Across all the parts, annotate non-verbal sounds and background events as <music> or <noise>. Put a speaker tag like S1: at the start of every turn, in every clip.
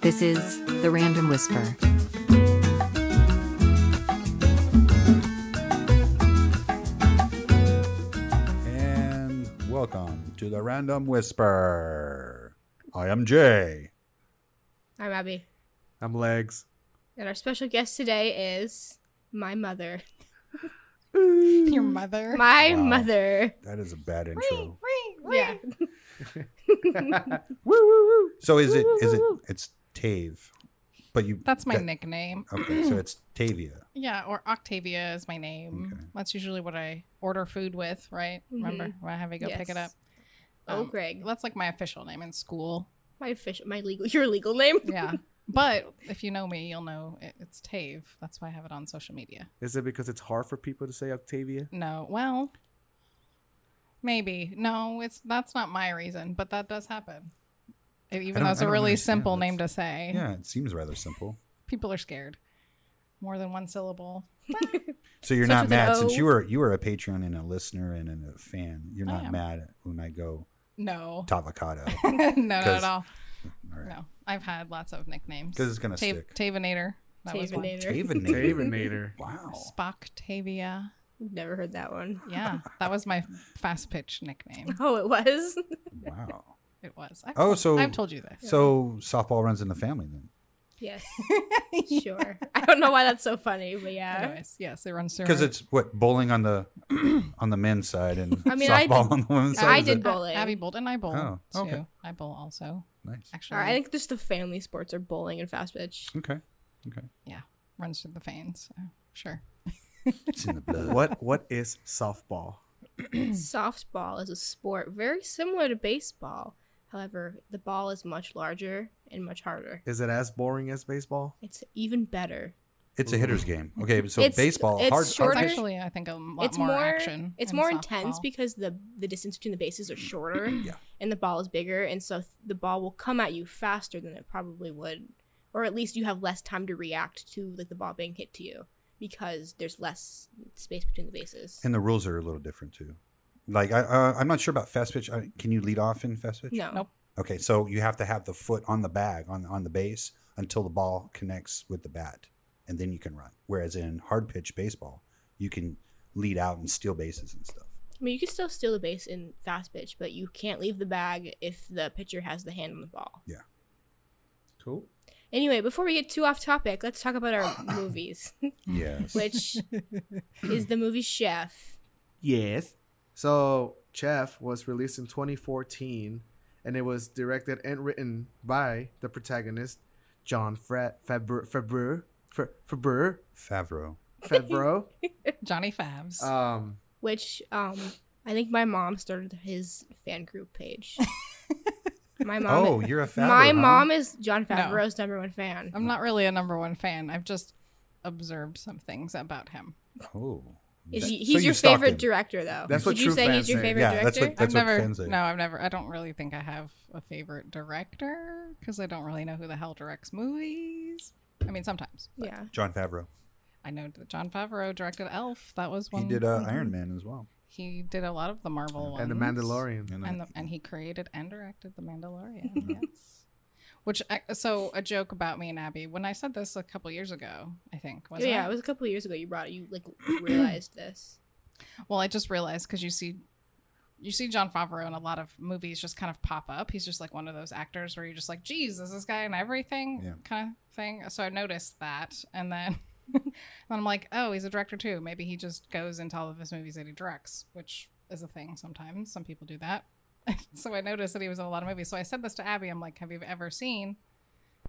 S1: This is The Random Whisper.
S2: And welcome to the Random Whisper. I am Jay.
S3: I'm Abby,
S4: I'm legs.
S3: and our special guest today is my mother.
S5: Your mother.
S3: My
S2: Wow.
S3: mother.
S2: That is a bad intro.
S3: Yeah.
S2: So is it is it it's Tave. But you
S5: That's my
S2: that-
S5: nickname.
S2: Okay, so it's Tavia.
S5: <clears throat> Yeah, or Octavia is my name.
S2: Okay.
S5: That's usually what I order food with, right? Remember when I have you go pick it up?
S3: Mm-hmm. Yes. Oh,
S5: Um,
S3: Greg.
S5: That's like my official name in
S3: <laughs>
S5: school.
S3: <laughs> My official, my legal, your legal name. <laughs>
S5: Yeah. but if you know me, you'll know it, it's Tave. That's why I have it on social media.
S4: Is it because it's hard for people to say Octavia?
S5: No, well, maybe. No, it's that's not my reason, but that does happen. Even
S2: don't-
S5: though it's
S2: I
S5: a
S2: don't
S5: really
S2: understand.
S5: simple
S2: That's-
S5: name to say,
S2: Yeah, it seems rather simple.
S5: people are scared. More than one syllable.
S2: So you're
S3: Starts
S2: not
S3: with an
S2: mad since
S3: O.
S2: you were you were a Patreon and a listener and, and a fan. You're
S5: I
S2: not
S5: am.
S2: mad when I go
S5: No.
S2: Tavocado.
S5: <laughs> no, not
S2: 'Cause-
S5: at all.
S2: All right.
S5: No, I've had lots of nicknames.
S2: Because it's gonna
S5: Ta-
S2: stick.
S5: Tavenator. That was one.
S3: Tavenator.
S2: Tavenator.
S4: Tavenator.
S2: Wow.
S5: Spock Tavia.
S3: Never heard that one.
S5: Yeah, that was my fast pitch nickname.
S3: <laughs> Oh, it was.
S2: Wow.
S5: <laughs> It was. I've
S2: Oh,
S5: told-
S2: so-
S5: I've told you this.
S2: So softball runs in the family then.
S3: Yes. <laughs> sure. I don't know why that's so funny, but yeah.
S5: <laughs> Anyways, yes, it runs through.
S2: Because
S5: our-
S2: it's what bowling on the <clears throat> on the men's side and
S3: I mean, I
S2: softball
S3: did-
S2: on the women's
S3: I
S2: side. is
S3: did
S2: it-
S3: bowl. bowling.
S5: Abby bowled, and I bowl
S2: Oh, okay.
S5: too. I bowl also.
S2: Nice.
S5: Actually,
S3: All right. I think just the family sports are bowling and fast pitch.
S2: Okay. Okay.
S5: runs through the veins. So. Sure.
S2: It's in the blood.
S4: What what is softball?
S3: Softball is a sport very similar to baseball. However, the ball is much larger and much harder.
S4: Is it as boring as baseball?
S3: It's even better.
S2: It's a hitter's game. Okay, so
S3: It's-
S2: baseball
S3: it's
S2: hard
S3: shorter.
S2: hard
S5: It's
S2: pitch?
S5: actually, I think a lot
S3: it's
S5: more,
S3: more,
S5: action.
S3: It's
S5: in
S3: more intense
S5: softball.
S3: because the the distance between the bases are shorter, <clears throat>
S2: Yeah.
S3: and the ball is bigger, and so th- the ball will come at you faster than it probably would, or at least you have less time to react to like the ball being hit to you because there's less space between the bases.
S2: and the rules are a little different too. Like I uh, I'm not sure about fast pitch. I, can you lead off in fast pitch?
S3: no,
S5: Nope.
S2: Okay, so you have to have the foot on the bag on on the base until the ball connects with the bat, and then you can run. Whereas in hard pitch baseball, you can lead out and steal bases and stuff.
S3: I mean you can still steal the base in fast pitch, but you can't leave the bag if the pitcher has the hand on the ball.
S4: Cool.
S3: Anyway, before we get too off topic, let's talk about our movies,
S2: Yes.
S3: which is the movie Chef.
S4: Yes. So Chef was released in 2014, and it was directed and written by the protagonist, John Fre- Fabr Fabr Fabr Fabr
S2: Favreau.
S5: <laughs>
S4: Favreau.
S5: <laughs> Johnny Fabs.
S2: Uh,
S4: um,
S3: which um I think my mom started his fan group page. my mom
S2: oh, you're a Favreau.
S3: My
S2: huh?
S3: mom is John Favreau's number one fan.
S5: I'm not really a number one fan. I've just observed some things about him.
S2: Oh.
S3: Is
S2: That-
S3: he,
S2: so
S3: he's
S2: you
S3: your
S2: stalked
S3: favorite
S2: him.
S3: director though.
S4: That's
S3: Would
S4: what
S3: you
S4: true
S3: say he's
S4: fans
S3: your
S4: say.
S3: favorite
S2: Yeah,
S3: director?
S2: that's what- that's-
S5: I've never,
S2: fans say.
S5: No, I've never. I don't really think I have a favorite director because I don't really know who the hell directs movies. I mean, sometimes. but
S3: yeah.
S2: John Favreau.
S5: I know that John Favreau directed Elf. That was
S2: He
S5: one.
S2: did uh, Iron Man as well.
S5: He did a lot of the Marvel ones.
S4: and the Mandalorian.
S5: And, the, and he created and directed the Mandalorian.
S2: <laughs>
S5: yes. Which I- so a joke about me and Abby when I said this a couple years ago, I think was
S3: yeah,
S5: I?
S3: it was a couple of years ago you brought it. You
S2: <clears throat>
S3: like realized this.
S5: Well, I just realized because you see, you see John Favreau in a lot of movies just kind of pop up. He's just like one of those actors where you're just like, "Geez, is this guy in everything?"
S2: Yeah.
S5: kind of thing. So I noticed that, and then, <laughs> then I'm like, "Oh, he's a director too. Maybe he just goes into all of his movies that he directs, which is a thing sometimes. Some people do that." <laughs> so I noticed that he was in a lot of movies. So I said this to Abby. I'm like, "Have you ever seen?"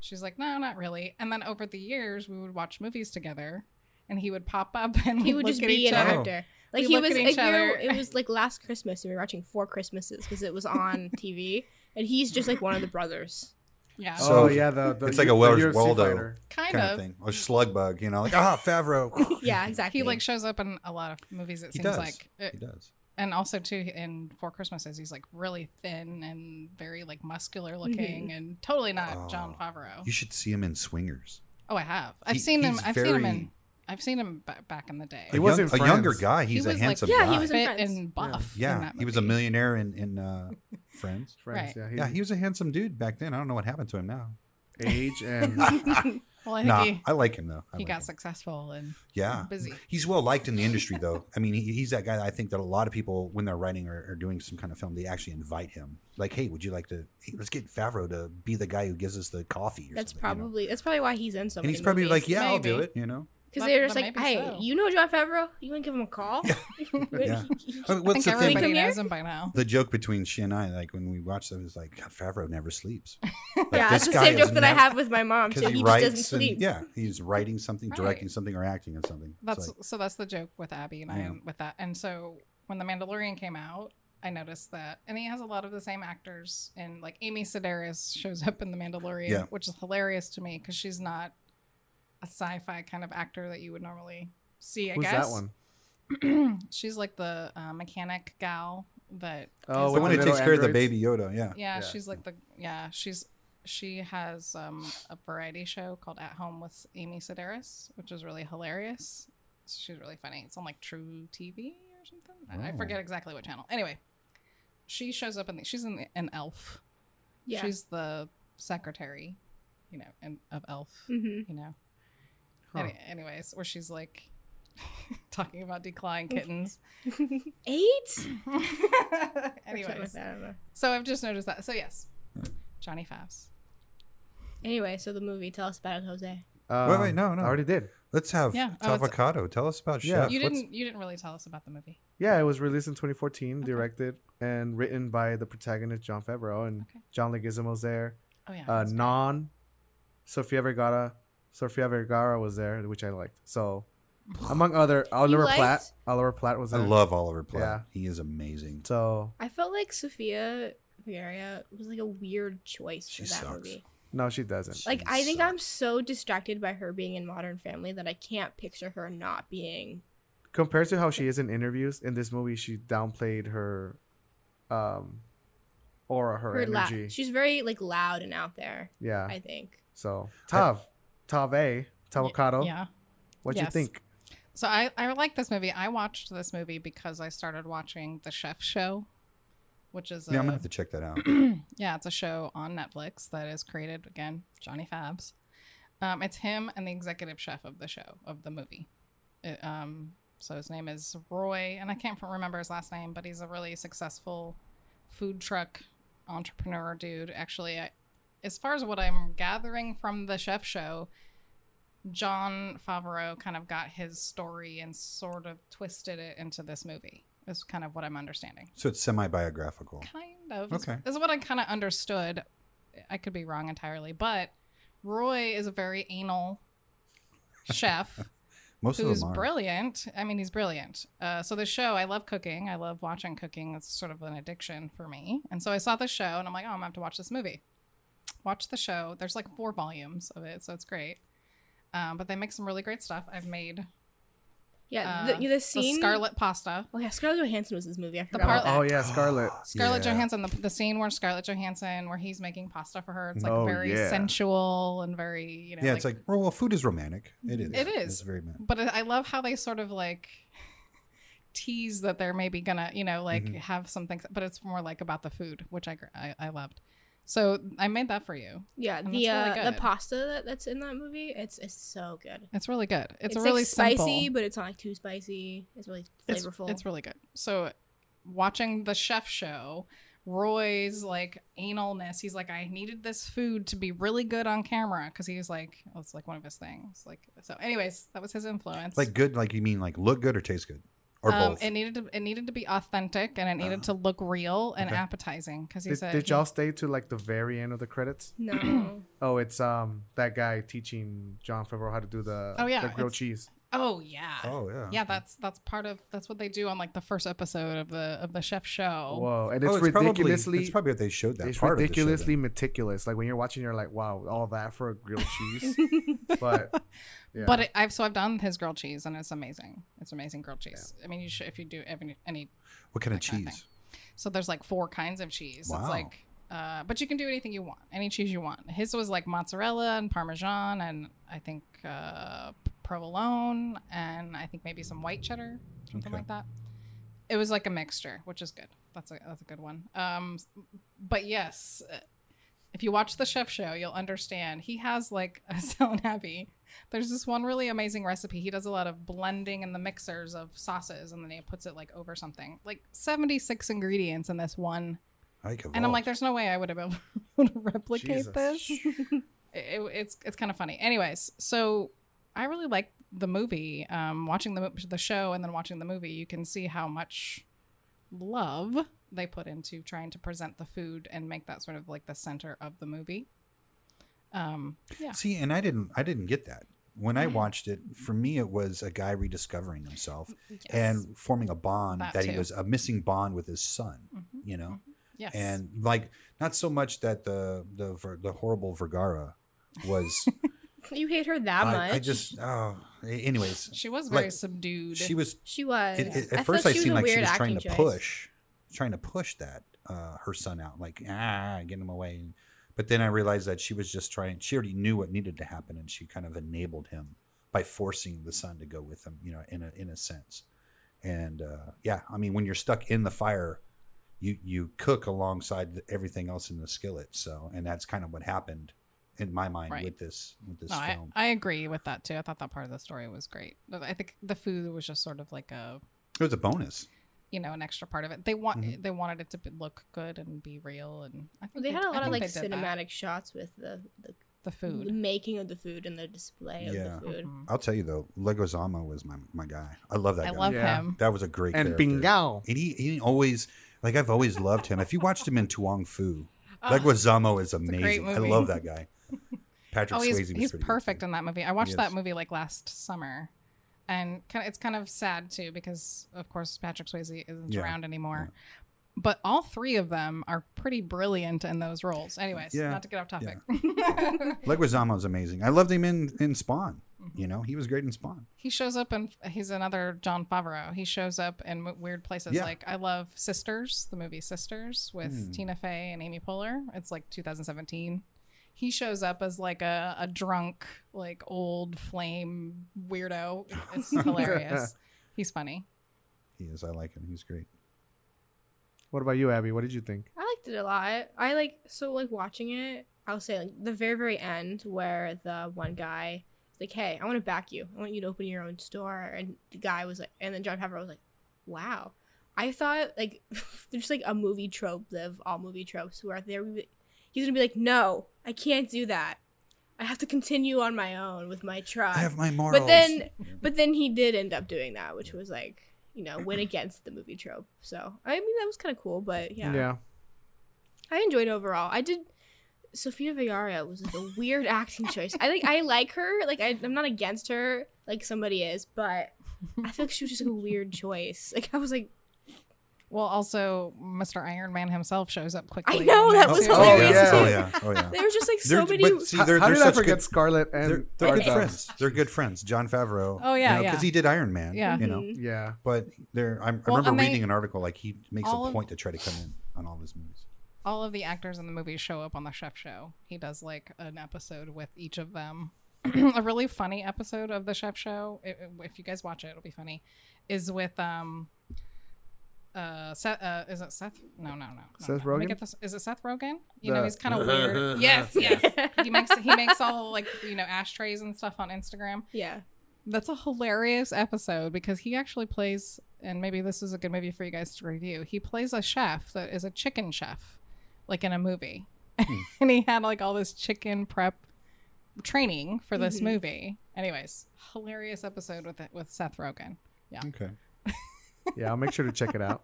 S5: She's like, "No, not really." And then over the years, we would watch movies together. And he would pop up, <laughs> and
S3: He
S5: we'd
S3: would
S5: look
S3: just
S5: at
S3: be
S5: each
S3: an
S5: other.
S2: other.
S3: actor. Like
S5: We
S3: he
S5: look
S3: was
S5: at
S3: like
S5: each
S3: you're,
S5: other.
S3: it was like last Christmas and we were watching Four Christmases because it was on TV and he's just like one of the brothers.
S5: Yeah.
S2: So,
S4: oh yeah, the, the
S2: it's like a
S4: U- the
S2: Welsh
S4: UFC
S2: Waldo.
S4: fighter.
S5: kind,
S2: Kind
S5: of.
S2: of thing. Or slug bug, you know, like, ah, Favreau.
S3: <laughs>
S2: <laughs>
S3: yeah, exactly.
S5: He like shows up in a lot of movies. It
S2: He
S5: seems
S2: does.
S5: like, Uh,
S2: he does.
S5: and also too in Four Christmases, he's like really thin and very like muscular
S3: Mm-hmm.
S5: looking, and totally not John
S2: Oh.
S5: Favreau.
S2: You should see him in Swingers.
S5: oh, I have. I've
S2: He-
S5: seen him.
S2: he's
S5: I've seen him
S2: very-
S5: in. I've seen him ba- back in the day.
S4: He was in
S2: a younger
S4: Friends.
S2: guy. He's a
S5: was, like,
S2: handsome
S3: Yeah,
S2: guy.
S3: he was in
S5: fit
S3: Friends.
S5: and buff. in
S2: yeah,
S5: that
S2: he was a
S5: movie.
S2: millionaire in in uh, Friends.
S5: Right.
S4: Friends, yeah, he,
S2: Yeah, he was a handsome dude back then. I don't know what happened to him now.
S4: age and
S5: Well, <laughs> I think
S2: Nah,
S5: he,
S2: I like him though. I
S5: he
S2: like
S5: got
S2: him.
S5: successful and
S2: yeah.
S5: busy.
S2: He's well liked in the
S3: <laughs>
S2: industry, though. I mean, he, he's that guy that I think that a lot of people, when they're writing or, or doing some kind of film, they actually invite him. Like, hey, would you like to? Hey, let's get Favreau to be the guy who gives us the coffee. Or
S3: That's
S2: something, you know?
S3: probably that's probably why he's in so
S2: and
S3: many
S2: he's probably
S3: movies.
S2: like, yeah, I'll do
S5: Maybe.
S2: it. You know,
S3: because
S5: But-
S3: they're just
S5: but
S3: like,
S5: maybe
S3: hey,
S5: so.
S3: you know John Favreau? You wouldn't give him a call? <laughs>
S2: Yeah.
S3: He- <laughs>
S2: I
S3: he-
S2: mean,
S5: I think
S2: what's the thing?
S5: everybody
S3: Come here?
S5: knows him by now.
S2: the joke between she and I, like when we watch them, is like, God, Favreau never sleeps.
S3: <laughs>
S2: Like,
S3: yeah,
S2: this
S3: that's the
S2: guy
S3: same
S2: is
S3: joke that I
S2: never-
S3: have with my mom.
S2: because
S3: She,
S2: he,
S3: he, just
S2: writes.
S3: doesn't
S2: and-
S3: sleep.
S2: yeah, he's writing something, directing
S5: Right.
S2: something, or acting on something. It's
S5: That's
S2: like,
S5: so that's the joke with Abby and I
S2: Yeah.
S5: am with that. And so when The Mandalorian came out, I noticed that, and he has a lot of the same actors. And like Amy Sedaris shows up in The Mandalorian,
S2: Yeah.
S5: which is hilarious to me because she's not a sci-fi kind of actor that you would normally see. I
S4: who's
S5: guess
S4: that one?
S5: <clears throat> she's like the uh, mechanic gal that.
S4: Oh,
S2: the
S5: is
S4: with
S5: on-
S2: one
S4: the
S2: that
S4: little
S2: takes care of the
S4: androids.
S2: baby Yoda. Yeah,
S5: yeah,
S4: Yeah.
S5: she's like the yeah she's she has um, a variety show called At Home with Amy Sedaris, which is really hilarious. She's really funny. It's on like True TV or something. I I
S2: Oh.
S5: forget exactly what channel. Anyway, she shows up in the, she's in the, an elf.
S3: Yeah.
S5: She's the secretary, you know, and of elf,
S3: <laughs> Mhm.
S5: you know.
S4: Huh.
S5: Any- anyways, where she's like <laughs> talking about decline
S3: Mm-hmm.
S5: kittens.
S3: <laughs> Eight? Or something like
S5: anyways,
S3: that, I don't know.
S5: so I've just noticed that. So yes, Johnny Favs.
S3: Anyway, so the movie. Tell us about it, Jose.
S4: Um,
S2: Wait, wait, no, no.
S4: I already did.
S2: let's have
S5: Yeah. Oh, it's-
S2: avocado. Tell us about
S4: Yeah.
S2: Chef.
S5: You
S2: Uh, What's-
S5: didn't. You didn't really tell us about the movie.
S4: Yeah, it was released in 2014,
S5: Okay.
S4: directed and written by the protagonist John Favreau, and
S5: Okay.
S4: John Leguizamo's there.
S5: Oh yeah.
S4: Uh,
S5: that's great.
S4: non, Sofia Vergara, Sofia Vergara was there, which I liked.
S5: <laughs>
S4: So, among other Oliver
S3: liked-
S4: Platt, Oliver Platt was
S2: I
S4: there.
S2: love Oliver Platt.
S4: Yeah.
S2: He is amazing.
S4: So
S3: I felt like Sophia Vergara was like a weird choice
S2: She
S3: for that
S2: sucks.
S3: movie.
S4: no, she doesn't.
S3: Like
S2: She
S3: I think
S2: sucks.
S3: I'm so distracted by her being in Modern Family that I can't picture her not being.
S4: Compared to how she is in interviews, in this movie she downplayed her, um, aura, her,
S3: Her la-
S4: energy.
S3: she's very like loud and out there.
S4: yeah.
S3: I think.
S4: so Tav, Tav A, Tavocado.
S5: Yeah.
S4: What
S5: Yes.
S4: you think?
S5: So I I like this movie. I watched this movie because I started watching the Chef Show, which is a,
S2: Yeah, I'm gonna have to check that out. <clears throat>
S5: <clears throat> yeah, it's a show on Netflix that is created again Johnny Fabs. Um, it's him and the executive chef of the show of the movie. It, um, so his name is Roy, and I can't remember his last name, but he's a really successful food truck entrepreneur dude. Actually, I, as far as what I'm gathering from the chef show, John Favreau kind of got his story and sort of twisted it into this movie. Is kind of what I'm understanding.
S2: So it's semi-biographical.
S5: Kind of. is-
S2: Okay.
S5: Is, what I kind of understood. I could be wrong entirely, but Roy is a very anal chef
S2: Most of
S5: who's
S2: them are.
S5: brilliant. I mean, he's brilliant. Uh, so the show, I love cooking. I love watching cooking. That's sort of an addiction for me. And so I saw the show, and I'm like, oh, I'm gonna have to watch this movie. Watch the show. There's like four volumes of it, so it's great. Um, but they make some really great stuff. I've made
S3: Yeah,
S5: Uh,
S3: the, the
S5: the
S3: scene.
S5: scarlet pasta.
S3: Oh yeah, Scarlett Johansson was in this movie. I forgot.
S5: part-
S3: about that.
S4: Oh yeah, Scarlett.
S5: Scarlett
S2: Yeah.
S5: Johansson, the, the scene where Scarlett Johansson, where he's making pasta for her, it's like
S4: Oh,
S5: very
S4: yeah.
S5: sensual and very, you know.
S2: Yeah, it's like, well, well, food is romantic. It is.
S5: It is.
S2: It's very. romantic.
S5: But I love how they sort of like <laughs> tease that they're maybe gonna, you know, like
S2: Mhm.
S5: have something, but it's more like about the food, which I gr- I, I loved. So I made that for you.
S3: Yeah,
S5: And
S3: the
S5: Oh, that's really
S3: uh, the
S5: good.
S3: pasta that, that's in that movie, it's it's so good.
S5: It's really good. It's, a really
S3: like spicy,
S5: simple-
S3: but it's not like too spicy. It's really
S5: It's-
S3: flavorful.
S5: It's, really good. So watching the chef show, Roy's like analness, he's like, I needed this food to be really good on camera because he was like, oh, it's like one of his things. Like so. Anyways, that was his influence.
S2: It's like good. Like you mean like look good or taste good or
S5: um,
S2: both.
S5: it needed to it needed to be authentic and it needed to look real and
S2: Okay.
S5: appetizing because he
S4: Did,
S5: said
S4: did y'all stay to like the very end of the credits?
S5: <laughs>
S3: no.
S4: Oh, it's um that guy teaching John Favreau how to do the
S5: Oh, yeah,
S4: the grilled
S5: it's-
S4: cheese.
S5: oh yeah
S2: oh yeah.
S5: yeah that's that's part of that's what they do on like the first episode of the of the chef show
S4: Whoa, and
S2: Oh,
S4: it's, ridiculously
S2: Probably, it's probably what they showed that
S4: it's
S2: part of the show then.
S4: ridiculously meticulous. Like when you're watching, you're like, wow, all that for a grilled
S5: <laughs>
S4: cheese. but yeah.
S5: But it, I've so I've done his grilled cheese and it's amazing. It's amazing grilled cheese. I mean, you should if you do any, any
S2: What kind of
S5: that kind of
S2: cheese?
S5: so there's like four kinds of cheese.
S2: Wow.
S5: It's like uh, but you can do anything you want, any cheese you want. His was like mozzarella and parmesan and I think uh, p- provolone and I think maybe some white cheddar, something
S2: Okay.
S5: like that. It was like a mixture, which is good. That's a that's a good one. Um, but yes, uh, if you watch the chef show, you'll understand. He has like <laughs> a salinabi. There's this one really amazing recipe. He does a lot of blending in the mixers of sauces, and then he puts it like over something. Like 76 ingredients in this one
S2: I like
S5: and I'm
S2: evolved.
S5: like, there's no way I would have been <laughs> able to replicate
S4: Jesus.
S5: this. It- it's it's kind of funny. Anyways, so I really like the movie. Um, watching the mo- the show and then watching the movie, you can see how much love they put into trying to present the food and make that sort of like the center of the movie. Um,
S2: <laughs>
S5: yeah,
S2: See, and I didn't I didn't get that. When I watched it, for me it was a guy rediscovering himself
S5: Yes.
S2: and forming a bond that,
S5: That
S2: he
S5: too.
S2: was a missing bond with his son,
S5: Mhm.
S2: you know?
S5: yes,
S2: And like not so much that the the ver- the horrible Vergara
S5: <laughs>
S2: was
S3: You hate her that much.
S2: I, I just oh a- anyways,
S5: she was very
S2: like,
S5: subdued.
S2: she was
S3: She was.
S2: it, it,
S3: I
S2: at first
S3: thought
S2: I
S3: was
S2: seemed
S3: a
S2: like she
S3: weird
S2: was trying to
S3: acting choice.
S2: push, trying to push that uh, her son out, like ah, get him away. But then I realized that she was just trying. She already knew what needed to happen, and she kind of enabled him by forcing the son to go with him. You know, in a in a sense. And uh, yeah, I mean, when you're stuck in the fire, you you cook alongside th- everything else in the skillet. So, and that's kind of what happened in my mind
S5: Right.
S2: with this with this
S5: No, I,
S2: film.
S5: I agree with that too. I thought that part of the story was great. But I think the food was just sort of like a
S2: it was a bonus.
S5: you know an extra part of it they want
S2: Mhm.
S5: they wanted it to be, look good and be real and I think
S3: They had a
S5: I
S3: lot of
S5: think
S3: like
S5: they did that.
S3: cinematic shots with the the,
S5: the
S3: the
S5: food
S3: making of the food and the display of
S2: Yeah.
S3: the food.
S5: Mhm.
S2: I'll tell you though, Legozama was my my guy. I love that
S5: i
S2: guy.
S5: love
S4: Yeah.
S5: him
S2: That was a great
S4: and
S2: character.
S4: Bingao.
S2: And he, he always like I've always loved him. If you watched him in Tuong Fu,
S5: Ah,
S2: Leguizamo is
S5: great
S2: amazing. I
S5: movie.
S2: love that
S5: <laughs>
S2: guy. Patrick
S5: oh he's,
S2: Swayze was
S5: he's
S2: pretty good,
S5: perfect
S2: too.
S5: in that movie i watched
S2: He
S5: that
S2: is.
S5: movie like last summer and kind of, it's kind of sad too because of course patrick swayze isn't
S2: Yeah.
S5: around anymore but all three of them are pretty brilliant in those roles anyways
S2: Yeah.
S5: not to get off topic <laughs>
S2: Leguizamo is amazing. I loved him in in Spawn.
S5: Mhm.
S2: You know, he was great in Spawn.
S5: He shows up and he's another John Favreau. He shows up in w- weird places.
S2: Yeah.
S5: Like I love Sisters, the movie Sisters with
S2: Hmm.
S5: Tina Fey and Amy Poehler. It's like 2017. He shows up as like a, a drunk, like old flame weirdo.
S2: <laughs>
S5: It's hilarious. He's funny.
S2: He is. I like him. He's great.
S4: What about you, Abby? What did you think?
S3: I liked it a lot. I like so like watching it. I'll say like the very very end where the one guy is like, "Hey, I want to back you. I want you to open your own store." And the guy was like, and then John Favreau was like, "Wow." I thought like <laughs> there's like a movie trope of all movie tropes where there he's gonna be like, "No, I can't do that. I have to continue on my own with my try."
S2: I have my morals.
S3: but then but then he did end up doing that, which was like you know went against the movie trope. So I mean that was kind of cool, but yeah. I enjoyed overall. I did. Sofia Vergara was like a weird acting choice. I like. I like her. Like I, I'm not against her. Like somebody is, but I feel like she was just like a weird choice. Like I was like,
S5: Well, also Mr. Iron Man himself shows up
S3: I
S5: quickly.
S3: know
S5: in
S3: that
S5: there,
S3: was
S5: too.
S2: oh,
S3: hilarious.
S2: yeah.
S4: too.
S2: oh yeah. Oh yeah.
S3: there was just like
S2: They're-
S3: so many.
S2: but see,
S4: How,
S2: they're,
S4: how
S2: they're
S4: did I
S2: such
S4: forget
S2: good,
S4: Scarlet
S2: they're,
S4: and
S2: they're good
S4: Arda?
S2: friends. They're good friends. John Favreau.
S5: Oh, yeah,
S2: you know,
S5: yeah.
S2: he did Iron Man.
S5: Yeah.
S2: You know,
S3: Mhm.
S4: Yeah.
S2: but there. I, I
S5: Well,
S2: remember
S5: and they-
S2: reading an article like he makes a
S5: all of-
S2: point to try to come in on all of his movies.
S5: all of the actors in the movie show up on the chef show. He does like an episode with each of them. <clears throat> a really funny episode of the chef show. i- i- if you guys watch it, it'll be funny. Is with um uh Seth uh is it Seth? No, no, no. no,
S4: Seth
S5: no. Let me
S4: Rogen?
S5: get this- Is it Seth Rogen? You
S4: The-
S5: know, he's kind of weird. yes, yes. he makes he makes all like, you know, ashtrays and stuff on Instagram.
S3: <laughs> yeah.
S5: That's a hilarious episode because he actually plays, and maybe this is a good movie for you guys to review. He plays a chef that is a chicken chef, like in a movie. <laughs> and he had like all this chicken prep training for this
S3: Mhm.
S5: movie. Anyways, hilarious episode with it, with Seth Rogen.
S2: Okay.
S4: Yeah, I'll make sure to check it out.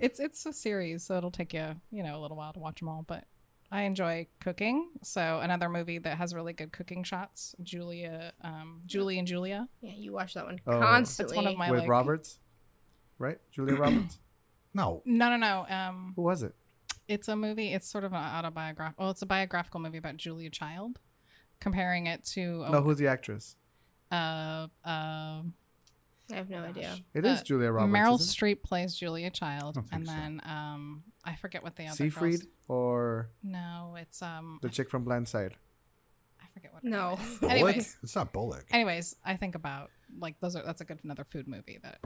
S5: It's it's a series, so it'll take you you know a little while to watch them all. But I enjoy cooking, so another movie that has really good cooking shots. Julia, um, Julie and Julia.
S3: Yeah. You watch that one
S4: Oh. That's
S5: That's
S3: constantly.
S5: one of <laughs> my
S4: With
S5: like-
S4: Roberts, right?
S5: <clears throat>
S4: Julia Roberts.
S2: No.
S5: No, no, no. Um,
S4: Who was it?
S5: It's a movie. It's sort of an autobiographical. Well, it's a biographical movie about Julia Child, comparing it to a,
S2: Oh,
S4: No, who's the actress?
S5: uh, uh,
S3: I have no idea.
S4: It is
S5: Uh,
S4: Julia Roberts.
S5: Meryl
S4: isn't
S5: Streep plays Julia Child,
S2: don't think
S5: and
S2: so.
S5: then um, I forget what the
S4: it?
S5: other
S4: Seyfried
S5: girls-
S4: or
S5: No, it's um,
S4: the chick from Blind Side.
S5: I forget what. her name
S3: No.
S5: is.
S2: <laughs> Bullock?
S5: Anyways,
S2: It's not Bullock.
S5: anyways, I think about like those are that's a good another food movie that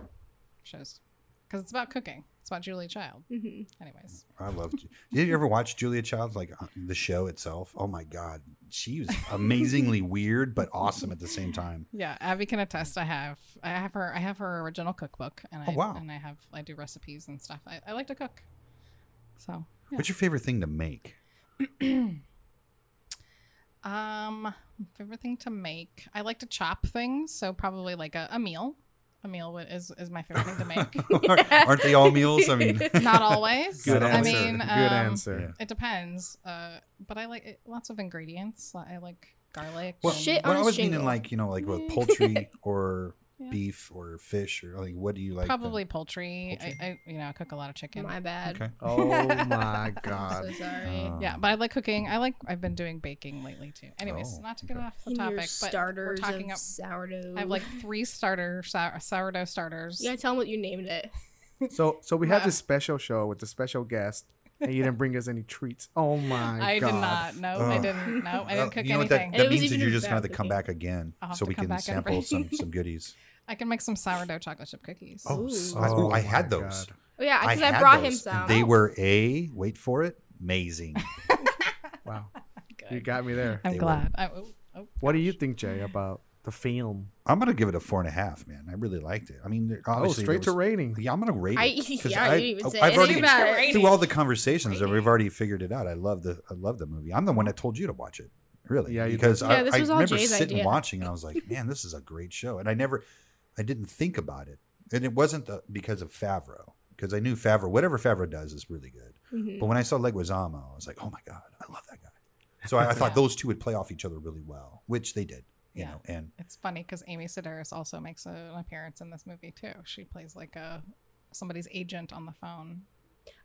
S5: shows because it's about cooking. It's about Julia Child.
S3: hmm
S5: Anyways,
S2: I love. Ju- Did you ever watch Julia Child's like uh, the show itself? Oh my god, she
S5: <laughs>
S2: was amazingly weird but awesome at the same time.
S5: yeah, Abby can attest. I have I have her I have her original cookbook and I
S2: Oh, wow.
S5: and I have I do recipes and stuff. I, I like to cook, so <clears throat> yeah.
S2: What's your favorite thing to make?
S5: um favorite thing to make i like to chop things so probably like a, a meal a meal would- is, is my favorite thing to
S2: <laughs>
S5: make
S2: Aren't- Aren't they all meals? I mean,
S5: <laughs> not
S2: <laughs>
S5: always
S2: Good
S5: i
S2: answer.
S5: mean
S4: Good
S5: um,
S4: answer.
S5: it depends uh but i like it, lots of ingredients Li- i like garlic
S2: well,
S5: and-
S3: Shit
S2: what
S3: on
S2: I
S3: a
S2: was meaning
S3: shingle.
S2: like you know like
S5: <laughs>
S2: with
S5: Mm.
S2: poultry or
S5: Yeah.
S2: beef or fish or like what do you like? the-
S5: probably poultry, I, I you know i cook a lot of chicken
S3: My bad.
S2: Okay.
S5: <laughs>
S4: Oh my
S3: I'm so
S4: god.
S3: sorry.
S2: Uh,
S5: yeah, but I like cooking. I like. I've been doing baking lately too. Anyways,
S2: Oh,
S5: not to get
S2: okay.
S5: off the
S3: In your
S5: topic, but we're
S3: starters
S5: talking
S3: of
S5: up.
S3: sourdough.
S5: I have like three starter sour, sourdough starters.
S3: You gotta tell them what you named it.
S4: So so we have
S5: Wow.
S4: this special show with a special guest, and you didn't bring us any treats.
S5: <laughs>
S4: Oh my
S5: I
S4: god.
S5: did not. No, I
S2: Ugh.
S5: didn't. No, I
S2: Well,
S5: didn't cook
S2: you know what
S5: anything.
S2: that, that
S3: It was
S2: means? Is
S3: even
S2: you're just
S3: bad
S2: gonna have to come
S3: cooking.
S2: back again
S5: I'll have
S2: so
S5: to
S2: we
S5: come
S2: can
S5: back and
S2: sample
S5: bring-
S2: some some goodies.
S5: I can make some sourdough chocolate chip cookies.
S2: Oh,
S3: Ooh.
S2: so- oh, I had
S4: my
S2: those.
S4: God.
S3: Oh yeah, because I,
S2: had
S3: brought him
S2: those, and
S3: some.
S2: They were a wait for it amazing. <laughs>
S4: Wow,
S5: <laughs> Good.
S4: you got me there.
S5: I'm
S2: they were-
S5: glad. I, oh, oh,
S4: What do you
S5: gosh.
S4: think, Jay, about the film?
S2: I'm gonna give it a four and a half, man. I really liked it. I mean, there-
S4: Oh,
S2: obviously there
S4: straight to
S2: was-
S4: rating.
S2: Yeah, I'm gonna rate
S3: I, <laughs>
S2: it. 'cause
S3: yeah,
S2: I,
S3: you didn't even say
S2: have
S3: anything
S2: already
S3: about
S5: Rating.
S3: it.
S2: through all the conversations, that we've already figured it out. I love the I love the movie. I'm the one that told you to watch it, really.
S4: Yeah, you did.
S2: because I,
S3: Yeah, this
S2: I
S3: was all
S2: remember
S3: Jay's
S2: sitting
S3: idea.
S2: watching
S3: <laughs>
S2: and I was like, man, this is a great show. And I never, I didn't think about it, and it wasn't the, because of Favreau, because I knew Favreau, whatever Favreau does is really good.
S3: Mhm.
S2: But when I saw Leguizamo, I was like, oh my god, I love that guy. So I, I thought
S5: Yeah.
S2: those two would play off each other really well, which they did. You
S5: Yeah.
S2: know, and
S5: It's funny because Amy Sedaris also makes a, an appearance in this movie too. She plays like a somebody's agent on the phone.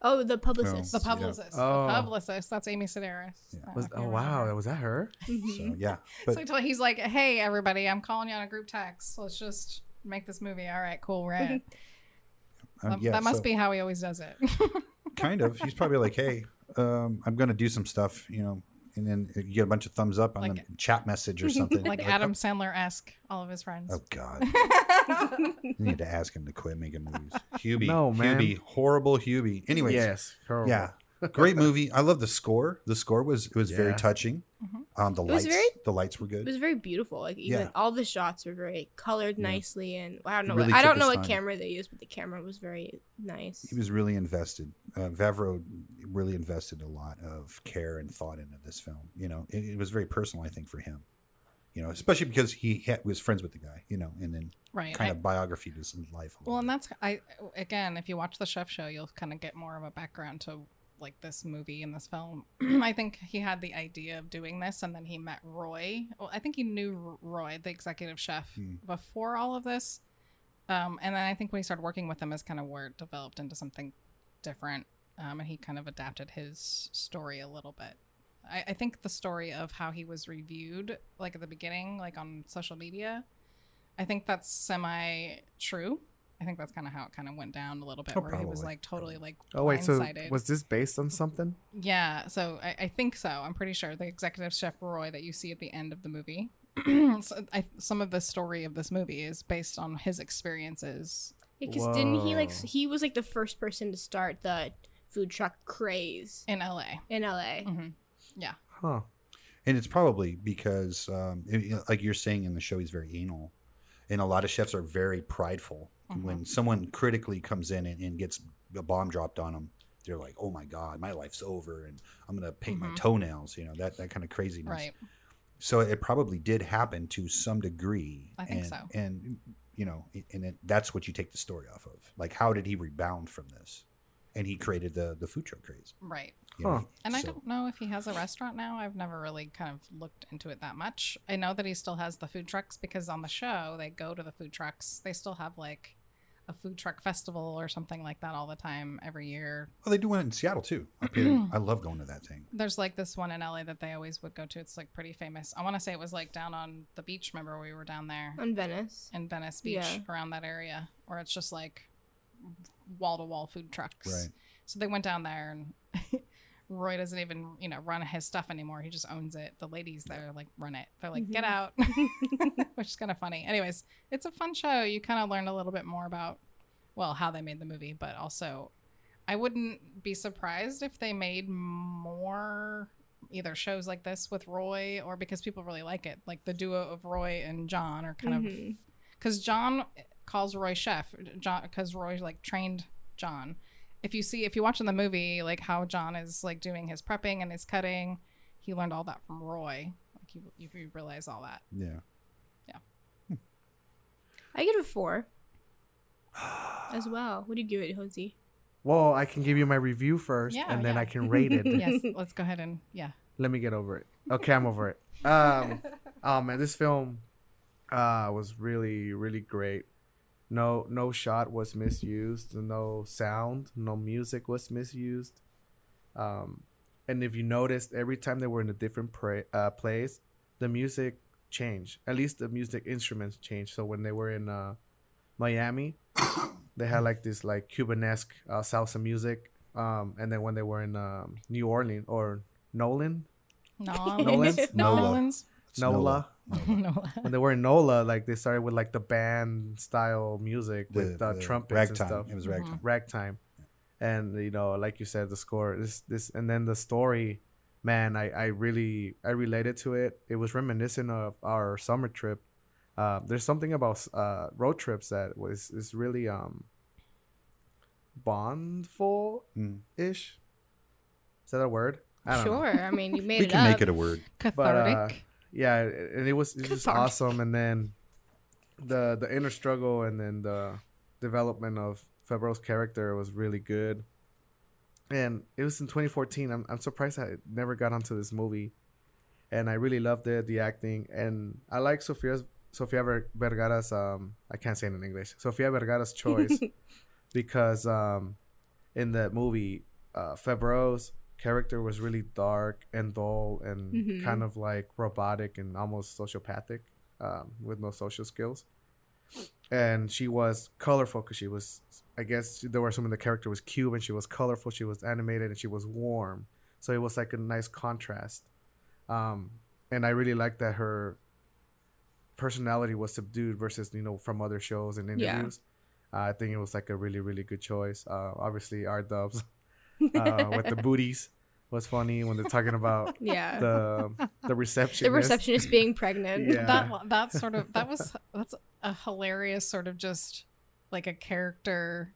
S3: Oh, the publicist.
S5: The
S2: Yeah.
S5: publicist.
S4: Oh.
S5: The publicist. That's Amy Sedaris.
S2: Yeah.
S5: I don't
S4: Was,
S5: know if
S4: oh
S5: you
S4: wow,
S5: remember.
S4: was that her?
S2: so
S3: Mhm.
S2: yeah,
S5: so he told- he's like, "Hey, everybody, I'm calling you on a group text. Let's just make this movie. All right, cool, we're in." it."
S2: um,
S5: that,
S2: yeah,
S5: that must
S2: so-
S5: be how he always does <laughs> it.
S2: kind of. He's probably like, hey, um, I'm gonna do some stuff, you know, and then you get a bunch of thumbs up on
S5: Like-
S2: a chat message or
S3: <laughs>
S2: something.
S5: like Adam Sandler esque all of his friends.
S2: Oh God, you need to ask him to quit making movies. Hubie,
S4: No, man.
S2: Hubie, horrible Hubie. Anyways,
S4: yes, her.
S2: yeah,
S4: <laughs>
S2: great movie. I love the score. The score was it was very
S4: Yeah.
S2: touching.
S5: Mhm.
S2: Um, the
S3: Mm-hmm. It was
S2: lights,
S3: very-
S2: the lights were
S3: <laughs> It
S2: good.
S3: was very beautiful. Like even
S2: Yeah.
S3: all the shots were very colored
S2: Yeah.
S3: nicely, and I don't
S2: It
S3: know.
S2: really
S3: what, I
S2: took
S3: don't know
S2: his
S3: what
S2: time.
S3: camera they used, but the camera was very nice.
S2: he was really invested. Uh, Favreau really invested a lot of care and thought into this film. You know, it, it was very personal, I think, for him. You know, especially because he had, was friends with the guy. You know, and then
S5: right.
S2: kind
S5: I-
S2: of biography to his life. a
S5: well,
S2: little
S5: and
S2: bit.
S5: that's I again, if you watch the chef show, you'll kind of get more of a background to like this movie and this film. <clears throat> I think he had the idea of doing this, and then he met Roy. Well, I think he knew R- Roy, the executive chef,
S2: Hmm.
S5: before all of this. Um, and then I think when he started working with him, is kind of where it developed into something different. Um, and he kind of adapted his story a little bit. I, I think the story of how he was reviewed, like at the beginning, like on social media, I think that's semi true. I think that's kind of how it kind of went down a little bit,
S2: Oh,
S5: where he was
S2: probably.
S5: like totally like
S4: Oh wait, so
S5: blindsided.
S4: was this based on something?
S5: Yeah, so I, I think so. I'm pretty sure the executive chef Roy that you see at the end of the movie. <clears throat> so I, some of the story of this movie is based on his experiences.
S3: Because didn't he like s-
S4: Whoa.
S3: he was like the first person to start the food truck craze
S5: In LA.
S3: in LA.
S5: hmm
S4: Huh.
S2: and it's probably because, um, it- you know, like you're saying in the show, he's very anal, and a lot of chefs are very prideful.
S5: Mhm.
S2: When someone critically comes in and, and gets a bomb dropped on them, they're like, "Oh my god, my life's over," and I'm gonna paint my
S5: Mhm.
S2: toenails. You know that that kind of craziness.
S5: Right.
S2: So it probably did happen to some degree.
S5: I think
S2: and,
S5: so.
S2: And you know, and it, that's what you take the story off of. Like, how did he rebound from this? And he created the the food truck craze.
S5: Right.
S2: you know?
S4: Huh.
S5: And I
S2: So-
S5: don't know if he has a restaurant now. I've never really kind of looked into it that much. I know that he still has the food trucks because on the show they go to the food trucks. They still have like a food truck festival or something like that all the time every year.
S2: Well, they do one in Seattle too. up here. I love going to that thing.
S5: There's like this one in LA that they always would go to. It's like pretty famous. I want to say it was like down on the beach. Remember we were down there
S3: On Venice.
S5: in Venice Beach
S3: Yeah.
S5: around that area, where it's just like wall to wall food trucks. So they went down there and <laughs> Roy doesn't even, you know, run his stuff anymore. He just owns it. The ladies there like run it. They're like, get
S3: Mhm.
S5: out, <laughs> which is kind of funny. Anyways, it's a fun show. You kind of learn a little bit more about, well, how they made the movie, but also, I wouldn't be surprised if they made more either shows like this with Roy or because people really like it. Like the duo of Roy and John are kind of
S3: Mhm.
S5: because John calls Roy chef John because Roy like trained John. If you see if you watch in the movie like how John is like doing his prepping and his cutting, he learned all that from Roy. Like you if you realize all that.
S2: Yeah.
S3: I give it
S2: <sighs>
S3: a four as well. What do you give it, Jose?
S4: Well, I can give you my review first,
S5: Yeah,
S4: and then
S5: yeah. <laughs>
S4: I can rate it.
S5: Yes, let's go ahead and yeah.
S4: Let me get over it. Okay, I'm over it. Um, oh man, this film uh, was really, really great. No, no shot was misused. No sound, no music was misused. Um, and if you noticed, every time they were in a different pra- uh, place, the music changed. At least the music instruments changed. So when they were in uh, Miami, they had like this like Cubanesque uh, salsa music. Um, and then when they were in um, New Orleans or Nolan,
S5: Nolan's
S2: Nola.
S5: Nolan's
S2: It's
S4: Nola.
S5: <laughs> Nola.
S4: when they were in NOLA, like they started with like the band style music
S2: The-
S4: with uh,
S2: the
S4: trumpets and
S2: ragtime.
S4: stuff,
S2: It was
S5: Mhm.
S2: ragtime.
S4: ragtime, and you know, like you said, the score, this, this, and then the story, man, I, I really, I related to it. It was reminiscent of our summer trip. Uh, there's something about uh, road trips that was is really um, bondful
S2: Mm.
S4: ish.
S2: Hmm.
S4: Is that a word? I don't know.
S3: Sure. I mean,
S2: <laughs>
S3: you made
S2: We
S3: it
S2: can
S3: up.
S2: make it a word.
S5: Cathartic.
S4: yeah and it was it was
S3: Cathartic.
S4: awesome and then the the inner struggle and then the development of Febro's character was really good and it was in 2014 I'm, I'm surprised I never got onto this movie and I really loved it the acting and I like Sofia's Sofia Ver- Vergara's um I can't say it in English Sofia Vergara's choice because um in that movie uh Febro's character was really dark and dull and
S3: Mhm.
S4: kind of like robotic and almost sociopathic um, with no social skills and she was colorful because she was i guess there were some of the character was cube and she was colorful she was animated and she was warm so it was like a nice contrast um and i really liked that her personality was subdued versus you know from other shows and
S3: Yeah.
S4: interviews uh, i think it was like a really really good choice uh obviously our dubs uh, with the booties was funny when they're talking about
S2: <laughs>
S3: <laughs> yeah. The,
S4: the the reception
S3: receptionist being pregnant.
S2: <laughs>
S4: Yeah.
S5: that wa- that
S4: <laughs>
S5: sort of that was that's a hilarious sort of just like a character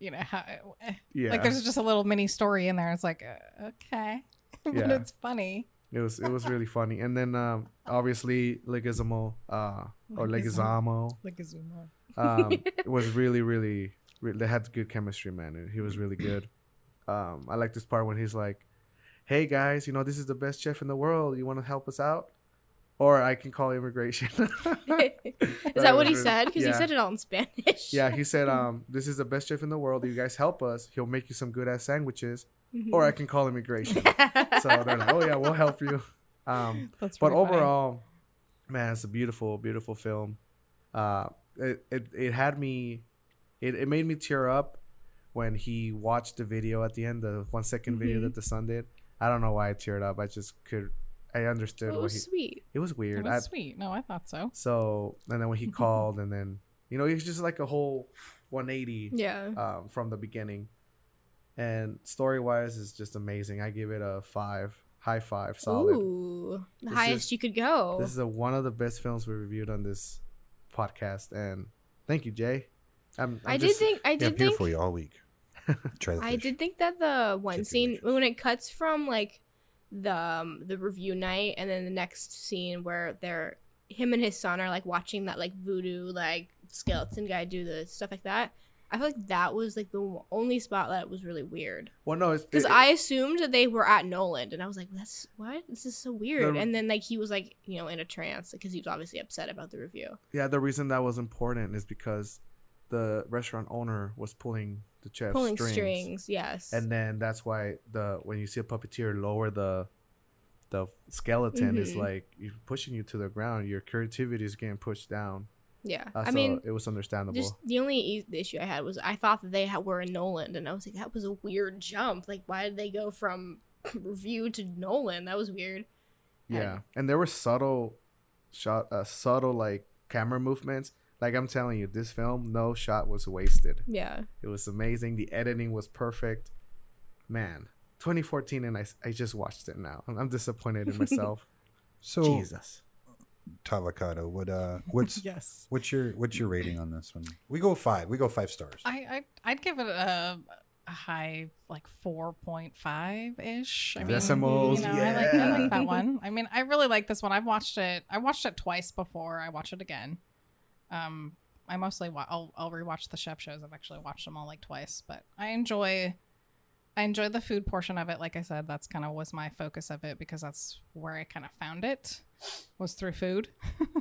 S5: you know how eh,
S4: yeah
S5: like there's just a little mini story in there it's like uh, okay <laughs> but
S4: Yeah.
S5: it's funny
S4: It was it was really funny. And then um, obviously Leguizamo uh, or
S5: Leguizamo.
S4: Leguizamo
S5: like a zoomer
S3: <laughs>
S4: um, was really really re- they had good chemistry, man. and He was really good. Um, I like this part when he's like, "Hey guys, you know this is the best chef in the world. You want to help us out, or I can call immigration." <laughs>
S3: <laughs> Is that what he said? Because
S4: yeah.
S3: he said it all in Spanish.
S4: Yeah,
S3: <laughs>
S4: he said, um, "This is the best chef in the world. You guys help us. He'll make you some good ass sandwiches, or
S3: Mm-hmm.
S4: I can
S3: <laughs>
S4: call immigration."
S3: Mhm.
S4: so they're like, "Oh yeah, we'll help you." Um,
S5: that's
S4: but
S5: pretty funny.
S4: overall, man, it's a beautiful, beautiful film. Uh, it, it it had me, it, it made me tear up when he watched the video at the end, the one second video
S3: Mhm.
S4: that the son did. I don't know why I teared up. I just could, I understood
S3: It
S4: what
S3: was
S4: he.
S3: Oh, sweet.
S4: It was
S5: It
S4: weird.
S5: was
S4: I,
S5: sweet no i thought so
S4: so and then when he called, and then you know, it's just like a whole one eighty
S3: Yeah.
S4: um, from the beginning. And story wise, is just amazing. I give it a five, high five, solid.
S3: Ooh, the
S4: This
S3: highest
S4: is-
S3: you could go.
S4: This is a, one of the best films we reviewed on this podcast, and thank you, Jay. I'm, I'm
S3: I did
S4: just-
S3: think. I
S2: Yeah, I'm
S3: did
S2: here
S3: think.
S2: for you all
S4: <laughs>
S2: week. Try the
S3: I
S2: fish.
S3: did think that the
S2: Check your
S3: one scene
S2: pictures.
S3: when it cuts from like the um, the review night and then the next scene where they're him and his son are like watching that like voodoo like skeleton guy do the stuff like that. I feel like that was like the only spot that was really weird
S4: Well, no, it's
S3: because
S4: it-
S3: I assumed that they were at Noland and I was like, "That's what? This is so weird."
S4: The-
S3: and then like he was like, you know, in a trance because he was obviously upset about the review.
S4: yeah. The reason that was important is because the restaurant owner was pulling the chef's
S3: Pulling
S4: strings,
S3: strings, yes.
S4: and then that's why the when you see a puppeteer lower the the skeleton is
S3: Mhm.
S4: like you're pushing you to the ground. Your creativity is getting pushed down.
S3: yeah,
S4: Uh,
S3: I
S4: so
S3: mean,
S4: it was understandable.
S3: Just the only e- issue I had was I thought that they ha- were in Noland, and I was like, that was a weird jump. Like, why did they go from <laughs> review to Nolan. That was weird.
S4: Yeah, and there were subtle shot, uh, subtle like camera movements. Like I'm telling you, this film, no shot was wasted.
S3: Yeah.
S4: It was amazing. The editing was perfect. Man, 2014, and I, s- I just watched it now. I'm, I'm disappointed in <laughs> myself.
S2: So
S4: Jesus.
S2: Tavocado, what uh,
S4: <laughs>
S2: what's
S5: yes.
S2: what's your what's your rating on this one? We go five. We go five stars.
S5: I, I I'd give it a, a high like four point five ish. I mean,
S4: Decimals,
S5: You know, I, like, I
S4: yeah.
S5: like that one. I mean, I really like this one. I've watched it. I watched it twice before. I watch it again. Um, I mostly wa- I'll I'll rewatch the chef shows. I've actually watched them all like twice, but I enjoy. I enjoyed the food portion of it. Like I said, that's kind of was my focus of it because that's where I kind of found it was through food. <laughs>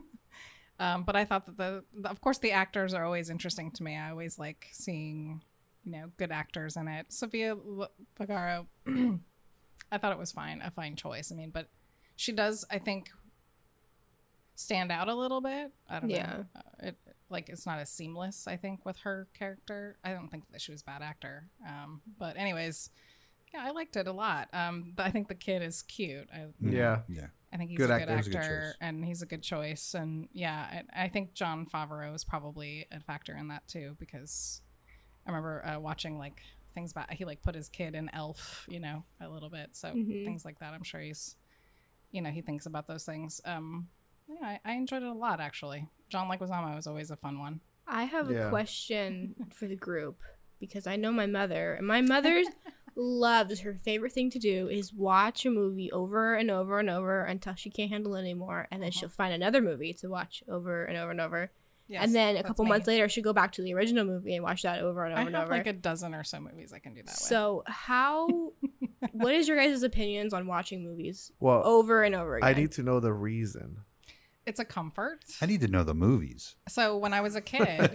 S5: um, but I thought that the, the, of course, the actors are always interesting to me. I always like seeing, you know, good actors in it. Sophia L- Vergara, <clears throat> I thought it was fine, a fine choice. I mean, but she does, I think, stand out a little bit. I don't
S3: Yeah.
S5: know. Uh, It like it's not as seamless. I think with her character, I don't think that she was a bad actor. Um, but anyways. Yeah, I liked it a lot. Um, but I think the kid is cute. I,
S4: Yeah.
S2: Mm-hmm. yeah.
S5: I think he's
S4: Good
S5: a
S4: actor.
S5: good
S2: He's a
S5: actor,
S2: good choice.
S5: and he's a good choice. And yeah, I, I think John Favreau is probably a factor in that too, because I remember uh, watching like things about he like put his kid in Elf, you know, a little bit. So
S3: Mhm.
S5: things like that. I'm sure he's, you know, he thinks about those things. Um, yeah, I, I enjoyed it a lot actually. John Leguizamo was always a fun one.
S3: I have
S4: Yeah.
S3: a question for the group because I know my mother, and my
S5: <laughs>
S4: <laughs>
S3: mother loves her favorite thing to do is watch a movie over and over and over until she can't handle it anymore, and then
S5: Uh-huh.
S3: she'll find another movie to watch over and over and over,
S5: Yes,
S3: and then a
S5: that's
S3: couple
S5: me.
S3: months later she'll go back to the original movie and watch that over and over
S5: I
S3: and
S5: have
S3: over.
S5: like a dozen or so movies I can do that
S3: so
S5: <laughs>
S3: how?
S5: with.
S3: what is your guys' opinions on watching movies
S4: Well,
S3: over and over again?
S4: I need to know the reason.
S5: it's a comfort.
S2: I need to know the movies. <laughs> Oh,
S5: So when I was a kid,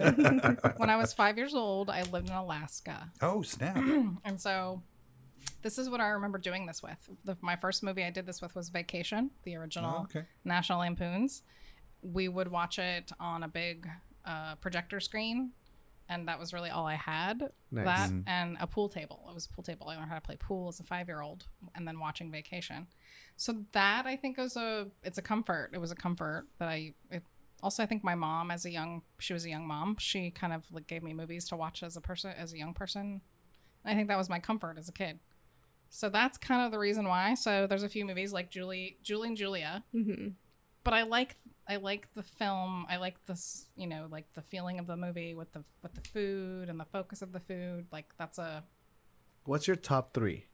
S5: when I was five years old, I lived in Alaska.
S2: Oh snap!
S5: and so this is what I remember doing this with. The, my first movie I did this with was Vacation, the original
S2: Oh, okay.
S5: National Lampoons. We would watch it on a big uh, projector screen, and that was really all I had.
S4: Nice.
S5: That
S2: Mhm.
S5: and a pool table. It was a pool table. I learned how to play pool as a five year old, and then watching Vacation. So that I think was a it's a comfort. It was a comfort that I. It, also, I think my mom, as a young, she was a young mom. She kind of like gave me movies to watch as a person, as a young person. I think that was my comfort as a kid. So that's kind of the reason why. So there's a few movies like Julie, Julie and Julia,
S3: hmm
S5: but I like I like the film. I like this, you know, like the feeling of the movie with the with the food and the focus of the food. Like that's a
S4: What's your top three?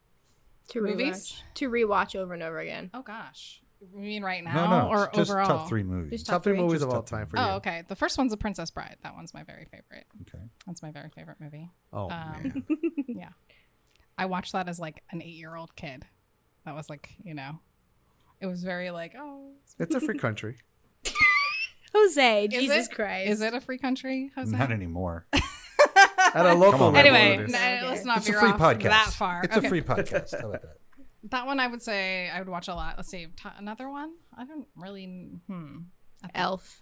S3: To
S5: Movies?
S3: rewatch, to rewatch over and over again.
S5: oh gosh. You mean right now
S2: No, no,
S5: or
S2: just
S5: overall?
S2: top three movies.
S3: Just
S4: Top,
S3: Top
S4: three
S3: three?
S4: movies
S2: Just
S4: of all
S2: top three.
S4: time for you.
S5: Oh, okay. The first one's The Princess Bride. That one's my very favorite.
S2: Okay.
S5: That's my very favorite movie.
S4: Oh
S5: Um,
S4: man.
S5: I watched that as like an eight year old kid. That was like, you know, it was very like, oh,
S4: It's a free country.
S3: Jose,
S5: Is
S3: Jesus
S5: it-
S2: <laughs>
S3: Christ.
S5: is it a free country? Jose?
S2: Not
S5: <laughs>
S2: anymore.
S4: At a local
S2: Come on.
S4: level,
S5: anyway,
S4: it is.
S5: no,
S3: Okay.
S5: let's not
S2: it's
S5: be
S2: a free
S5: off
S2: podcast.
S5: that far.
S2: It's
S5: Okay.
S2: a free podcast. How about that?
S5: That one I would say I would watch a lot. Let's see, t- another one. I don't really. Hmm. I think-
S3: Elf?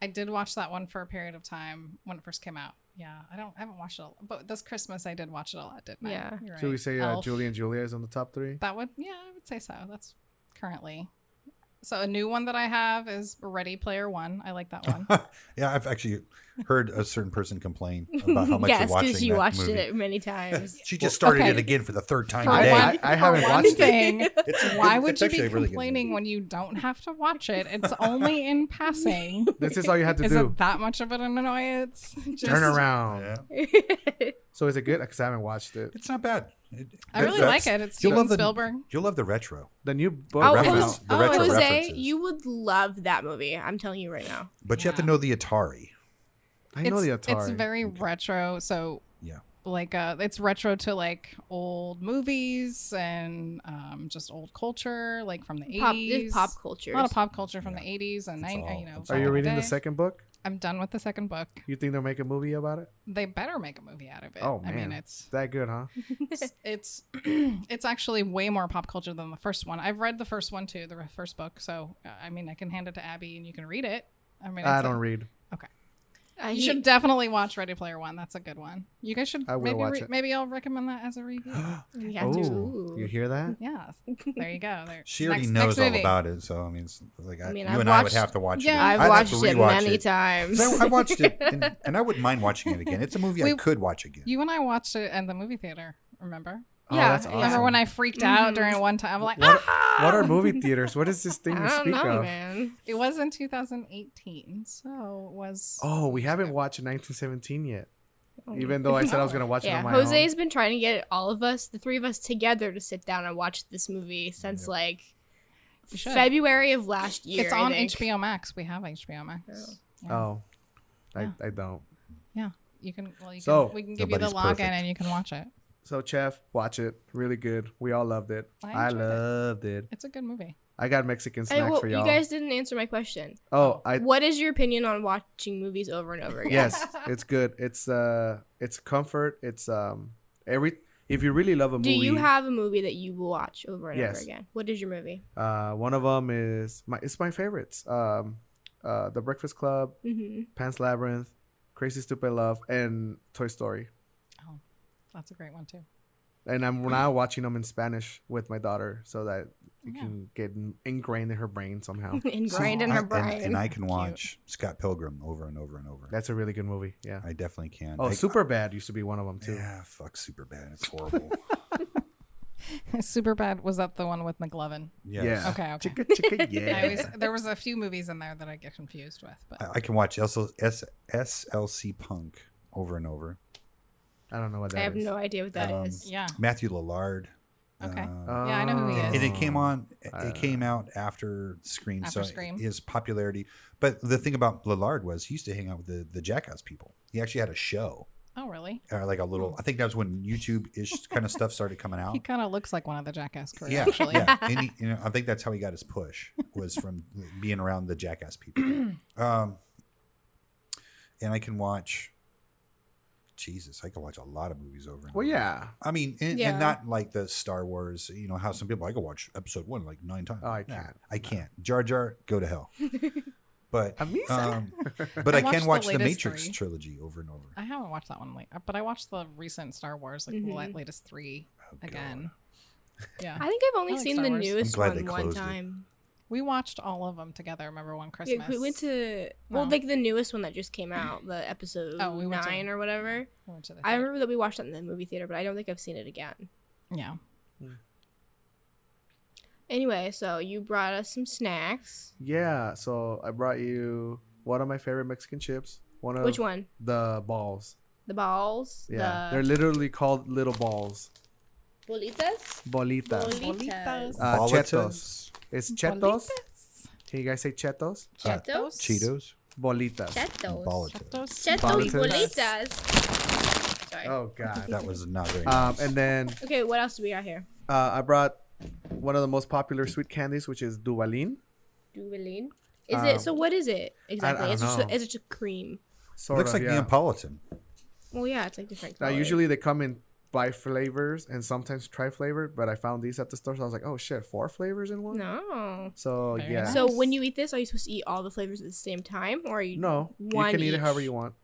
S5: I did watch that one for a period of time when it first came out. Yeah, I don't. I haven't watched it, a but this Christmas I did watch it a lot, didn't I?
S3: Yeah.
S5: You're
S4: Should we
S5: right.
S4: say uh,
S5: Elf.
S4: Julie and Julia is on the top three?
S5: That would. Yeah, I would say so. That's currently. So a new one that I have is Ready Player One. I like
S4: <laughs>
S5: that one.
S2: yeah, I've actually heard a certain person complain about
S3: <laughs>
S2: how much
S3: yes,
S2: you're watching
S3: because you
S2: that
S3: watched
S2: movie. <laughs>
S3: it many times.
S2: She just started
S5: Okay.
S2: it again for the third time
S5: For
S4: I,
S2: today.
S5: one-
S4: I, I
S5: <laughs>
S4: haven't
S5: one
S3: <laughs>
S4: watched it.
S5: thing.
S2: It's a
S5: Why
S2: good-
S5: would
S2: it's
S5: you
S2: actually
S5: be
S2: a really good
S5: complaining
S2: movie.
S5: when you don't have to watch it? It's only
S3: <laughs>
S5: in passing.
S4: This is all you have to
S5: Is
S4: do.
S5: it that much of an annoyance? <laughs> Just-
S4: Turn around.
S2: Yeah. <laughs>
S3: <laughs>
S4: So is it good? Because I haven't watched it.
S2: It's not bad. It,
S5: I really
S2: that's-
S5: like it. It's
S2: you'll
S5: Steven
S2: love the-
S5: Spielberg.
S2: You'll love the retro,
S4: The new book.
S3: Oh,
S4: came
S2: reference,
S4: out.
S2: the
S5: oh,
S2: retro
S3: Jose,
S2: references.
S3: you would love that movie. I'm telling you right now.
S2: but you have to
S5: Yeah.
S2: know the Atari.
S4: I know the
S5: it's,
S4: Atari.
S5: It's very retro. So
S2: Yeah.
S5: like uh, it's retro to like old movies and um, just old culture, like from the
S3: Pop,
S5: eighties.
S3: it's pop culture.
S5: a lot of pop culture from
S2: Yeah.
S5: the eighties and
S2: It's
S5: nine.
S2: all-
S5: you know,
S2: it's
S4: Are you
S2: all
S4: reading the
S5: day.
S4: second book?
S5: I'm done with the second book.
S4: You think they'll make a movie about it?
S5: They better make a movie out of it.
S4: Oh,
S5: I mean,
S4: man.
S5: it's
S4: It's that good, huh?
S3: <laughs>
S5: it's it's, <clears throat> it's actually way more pop culture than the first one. I've read the first one too, the first book. So uh, I mean, I can hand it to Abby and you can read it. I mean,
S4: I
S5: it's a-
S4: don't read.
S3: I
S5: You
S3: hate-
S5: should definitely watch Ready Player One. That's a good one. You guys should
S4: I will
S5: maybe
S4: watch
S5: re-
S4: it.
S5: maybe I'll recommend that as a
S4: <gasps>
S5: review.
S3: You have to.
S4: oh, you
S3: <laughs>
S4: hear that?
S5: yeah, there you go. There.
S2: She already
S5: Next-
S2: knows
S5: next
S2: all
S5: movie.
S2: about it, so I mean, it's like I,
S3: I mean,
S2: you
S3: I've
S2: and I would
S3: watched-
S2: have to watch it.
S5: Yeah.
S2: again.
S3: I've
S2: I'd have
S3: watched
S2: to
S3: it
S2: rewatch
S3: many times. <laughs>
S2: No, <laughs> I watched it, and, and I wouldn't mind watching it again. It's a movie I
S5: We-
S2: could watch again.
S5: You and I watched it at the movie theater. Remember?
S4: Oh,
S3: Yeah,
S4: that's
S3: yeah.
S4: awesome.
S5: Remember when I freaked out
S3: Mhm.
S5: during one time? I'm like,
S4: What-
S5: ah!
S4: what are movie theaters? What is this thing you
S3: I don't
S4: speak
S3: know,
S4: of?
S3: man.
S5: It was in 2018, so it was.
S4: Oh, we haven't watched 1917 yet.
S3: Oh,
S4: Even though I said I was gonna watch it
S3: Yeah,
S4: on my
S3: Jose's been trying to get all of us, the three of us together, to sit down and watch this movie since
S2: Yep.
S3: like
S5: You should.
S3: February of last year.
S5: it's
S3: I
S5: on
S3: think.
S5: HBO Max. We have HBO Max.
S3: Oh.
S4: own.
S5: Yeah.
S4: Oh,
S5: Yeah.
S4: I, I don't.
S5: You can. Well, you
S4: So,
S5: can, we can give you the
S2: Nobody's
S5: login
S2: perfect.
S5: and you can watch it.
S4: So, Chef, watch it. Really good. We all loved it.
S5: I
S4: I,
S5: enjoyed it.
S4: loved it.
S5: It's a good movie.
S4: I got Mexican snacks
S3: Hey, well,
S4: for
S3: you
S4: y'all.
S3: guys didn't answer my question.
S4: oh, I
S3: what is your opinion on watching movies over and
S5: <laughs>
S3: over again?
S4: yes, it's good. It's uh, it's comfort. It's um, every if you really love a
S3: Do
S4: movie,
S3: you have a movie that you will watch over and
S4: Yes.
S3: over again? What is your movie?
S4: uh, one of them is my it's my favorites. Um, uh, The Breakfast Club,
S3: Mm-hmm.
S4: Pan's Labyrinth, Crazy Stupid Love, and Toy Story.
S5: Oh, that's a great one too. <laughs>
S4: And I'm now watching them in Spanish with my daughter, so that it
S5: Yeah.
S4: can get in- ingrained in her brain
S5: <laughs>
S4: somehow.
S3: <laughs> Ingrained in
S2: I-
S3: her
S2: and-
S3: brain.
S2: and, I can
S5: Cute.
S2: watch Scott Pilgrim over and over and over.
S4: That's a really good movie. Yeah.
S2: I definitely can.
S4: Oh,
S2: I,
S4: Super Bad used to be one of them too.
S2: Yeah, fuck super bad. It's
S4: <laughs>
S2: horrible.
S5: Super bad. Was that the one with McLovin?
S2: Yes.
S4: Yeah.
S5: Okay, okay.
S4: Chicka
S5: <laughs>
S4: chicka
S5: I always,
S4: yeah.
S5: there
S3: <laughs>
S5: was a few movies in there that I get confused with, but
S3: Oh.
S2: I, I can watch SL, S, SLC Punk over and over.
S4: I don't know what that
S3: I
S4: is.
S3: have no idea what that is.
S2: Um,
S3: <laughs>
S5: yeah,
S2: Matthew Lillard.
S5: Okay.
S2: Uh,
S4: Oh.
S5: Yeah, I know who he is.
S2: and it came on. It
S4: Uh,
S2: came out after Scream,
S5: After
S2: so
S5: Scream.
S2: his popularity. But the thing about Lillard was he used to hang out with the the Jackass people. He actually had a show,
S5: Oh, really?
S2: or like a little. I think that was when YouTube ish kind of stuff started coming
S3: oh.
S2: out.
S5: Hmm. <laughs> He kind of looks like one of the Jackass crew,
S2: yeah,
S5: actually. <laughs>
S2: yeah. And he, you know, I think that's how he got his push was from being around the jackass
S5: <clears throat>
S2: people. Um, and I can watch. Jesus, I can watch a lot of movies over. And
S4: Well,
S2: over.
S4: yeah.
S2: I mean, and,
S3: Yeah.
S2: and not like the Star Wars. You know how some people I can watch episode one like nine times.
S4: Oh, I
S2: Nah,
S4: can't.
S2: I can't. Jar Jar, go to hell. But um, but
S5: <laughs> I
S2: I, can
S5: watched
S2: watch
S5: the
S2: the,
S5: latest
S2: Matrix
S5: three. Uh,
S2: trilogy over and over.
S5: I haven't watched that one late, but I watched the recent Star Wars, like the la-
S3: Mhm.
S5: latest three
S2: Oh, God.
S5: again. Yeah,
S3: I think I've only
S5: I like
S3: seen
S5: Star
S3: the
S5: Wars. I'm
S3: newest
S2: glad they
S3: one one
S2: closed it.
S3: time.
S5: we watched all of them together. Remember one
S3: Yeah,
S5: Christmas?
S3: we went to well,
S5: No.
S3: like the newest one that just came out, the episode
S5: Oh, we went to-
S3: nine or whatever.
S5: We went to the
S3: I
S5: theater.
S3: remember that we watched that in the movie theater, but I don't think I've seen it again.
S5: Yeah,
S3: Anyway, so you brought us some snacks.
S4: Yeah. So I brought you one of my favorite Mexican chips. One of
S3: Which one?
S4: the balls.
S3: The balls.
S4: Yeah.
S3: The
S4: They're literally called little balls.
S3: bolitas.
S4: Bolita.
S3: Bolitas.
S4: Uh,
S2: Bolitos,
S4: It's chetos. Can you guys say chetos?
S2: uh,
S3: Chetos.
S2: Cheetos,
S4: Bolitas.
S2: and
S3: Chetos.
S2: Bolitos.
S4: Bolitas.
S3: Chetos. Bolitas. Sorry.
S4: Oh god.
S2: That was not very.
S4: <laughs> Um,
S2: nice.
S4: and then
S3: Okay, what else do we got here?
S4: uh, I brought one of the most popular sweet candies, which is Duvalin.
S3: Duvalin. Is
S4: Um,
S3: it so? What is it exactly?
S4: don't
S3: It's just
S4: know.
S3: it's just a cream.
S4: Sort
S2: looks
S4: of,
S2: like
S4: yeah.
S2: Neapolitan.
S3: Well, yeah, it's like different.
S4: Now
S3: colours.
S4: usually they come in by flavors and sometimes try flavored, but I found these at the store, so I was like, oh shit, four flavors in one.
S3: No.
S4: So
S5: Very
S4: yeah.
S5: nice.
S3: So when you eat this, are you supposed to eat all the flavors at the same time, or are you?
S4: no,
S3: one
S4: you can eat it however
S3: each.
S4: you want.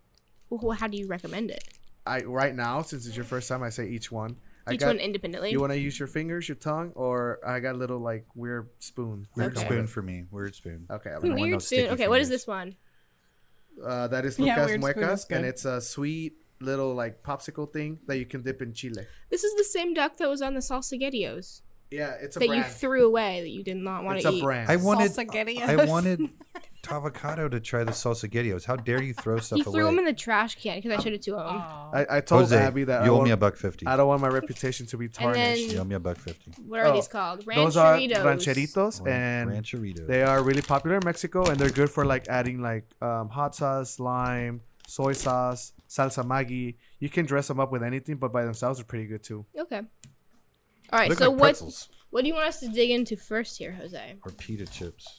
S3: Well, how do you recommend it?
S4: I right now since it's your first time, I say each one. I
S3: Each
S4: got,
S3: one independently.
S4: You want to use your fingers, your tongue, or I got a little like weird spoon. that
S2: Weird
S4: come
S2: spoon
S4: with
S2: for me. Weird spoon.
S4: it. Okay. I'll-
S2: don't want no
S3: Weird spoon.
S2: sticky
S3: Okay, what is
S2: fingers.
S3: this one?
S4: Uh, that
S3: <laughs>
S4: is
S5: Yeah,
S4: Lucas
S5: weird spoon is
S4: Muecas,
S5: good.
S4: and it's a sweet little like popsicle thing that you can dip in chile.
S3: This is the same duck that was on the salsagettios
S4: Yeah, it's a
S3: that you
S4: brand.
S3: threw away that you did not want
S4: it's
S3: to
S4: a
S3: eat.
S4: brand.
S2: I wanted.
S5: Salsa
S2: I wanted Tavocado to try the salsagettios. How dare you throw stuff
S3: He
S2: away?
S3: threw them in the trash can because I showed it to him.
S5: Oh,
S4: I, I told
S2: Jose,
S4: Abby that I,
S2: you owe me a <laughs>
S4: want-
S2: buck fifty.
S4: I don't want my reputation to be
S3: And then-
S4: tarnished.
S2: You owe me a buck fifty.
S3: what are
S4: Oh,
S3: these called?
S4: Those are
S3: Rancheritos.
S4: rancheritos, and
S2: Rancheritos.
S4: they are really popular in Mexico, and they're good for like adding like um, hot sauce, lime, soy sauce, salsa maggi. You can dress them up with anything, but by themselves are pretty good too.
S3: Okay. All right.
S2: Look
S3: so
S2: like
S3: what
S2: pretzels
S3: what do you want us to dig into first here, Jose?
S2: or pita chips.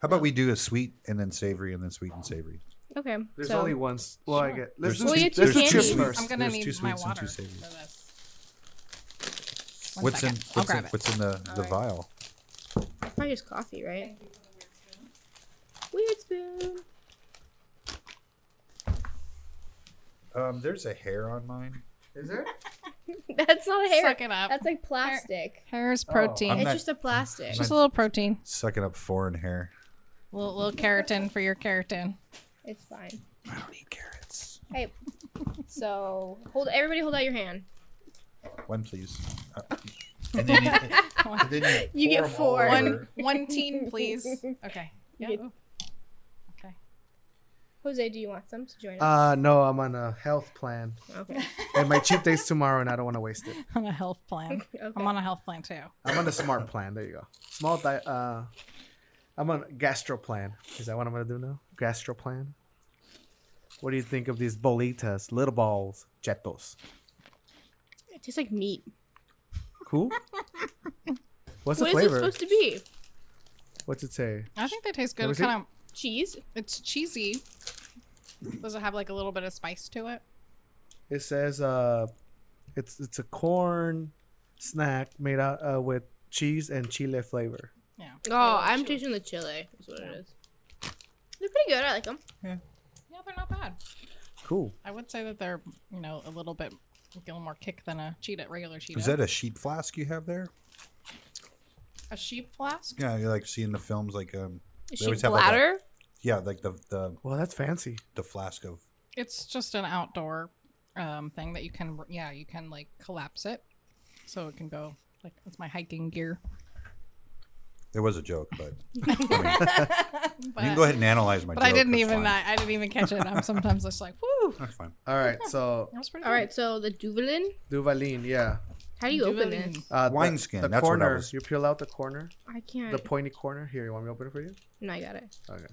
S2: How about we do a sweet and then savory and then sweet and savory?
S3: Okay.
S4: There's
S3: so
S4: only one. s- Well, I
S5: Sure.
S4: get. Let's
S2: There's
S4: do
S3: Well,
S4: chi-
S3: you
S4: let's
S3: two
S4: do
S3: candies.
S4: chips
S5: I'm
S4: first.
S5: gonna
S2: There's
S5: need
S2: two
S5: my
S2: sweets and
S5: water
S2: two
S5: for
S2: savories.
S5: this. One
S2: What's in
S5: second. I'll
S2: what's in,
S5: grab it.
S2: what's in the, the
S5: right.
S2: vial?
S3: probably just coffee, right? Weird spoon.
S2: Um, there's a hair on mine.
S4: Is there?
S3: <laughs> That's not hair.
S5: Suck it up.
S3: That's like plastic.
S5: Hair's
S4: Oh.
S5: protein.
S2: I'm
S3: it's
S2: not-
S3: just a plastic.
S5: just a little protein.
S2: Sucking up foreign hair.
S5: little, little keratin for your keratin.
S3: It's fine.
S2: I don't eat carrots.
S3: Hey, so hold everybody, hold out your hand.
S2: One, please. Uh, and then you, and then
S3: You get
S2: pour 'em all
S3: four.
S2: over.
S5: One one teen, please. Okay. Yeah.
S3: Good.
S5: ooh. Okay.
S3: Jose, do you want some to join us?
S4: Uh, no, I'm on a health plan,
S3: okay.
S4: and my cheat day's tomorrow, and I don't want to waste it.
S5: On a health plan.
S3: <laughs> okay.
S5: I'm on a health plan too.
S4: I'm on a smart plan. There you go. Small diet. Uh, I'm on gastro plan. Is that what I'm gonna do now? Gastro plan. What do you think of these bolitas, little balls, chetos?
S3: It tastes like meat.
S4: Cool.
S3: What
S4: What's the
S3: is it
S4: flavor?
S3: supposed to be?
S4: What's it say?
S5: I think they taste
S4: Let
S5: good.
S4: me
S5: It's
S4: see.
S5: kind of
S3: Cheese?
S5: it's cheesy. Does it have like a little bit of spice to it?
S4: It says uh, it's it's a corn snack made out uh, with cheese and chile flavor.
S5: Yeah.
S3: Oh, I'm tasting the chili. Is what it is. They're pretty good. I like them.
S5: Yeah, they're not bad.
S4: Cool.
S5: I would say that they're you know a little bit a little more kick than a cheetah regular cheetah.
S2: Is that a sheep flask you have there?
S5: a sheep flask?
S2: Yeah, you like seeing the films like um
S3: Is
S2: They
S3: she
S2: always have, like, a-
S3: bladder?
S2: yeah, like the the
S4: Well, that's fancy.
S2: the flask of
S5: It's just an outdoor um, thing that you can yeah you can like collapse it, so it can go like it's my hiking gear.
S2: It was a joke, but
S5: But,
S2: you can go ahead and analyze my
S5: but
S2: joke.
S5: I didn't
S2: that's
S5: even
S2: fine.
S5: I, I didn't even catch it. I'm sometimes just like whoo.
S2: That's fine.
S4: All right, so
S5: <laughs> That was pretty
S3: All right, so the Duvalin.
S4: Duvalin, yeah.
S3: How do you open
S5: Duvalin.
S3: this?
S4: Uh, the-
S2: Wineskin,
S4: The,
S2: that's what I
S4: corner.
S2: was-
S4: You peel out the corner,
S3: I can't.
S4: the pointy corner. Here, you want me to open it for you?
S3: no, I got it.
S4: Okay.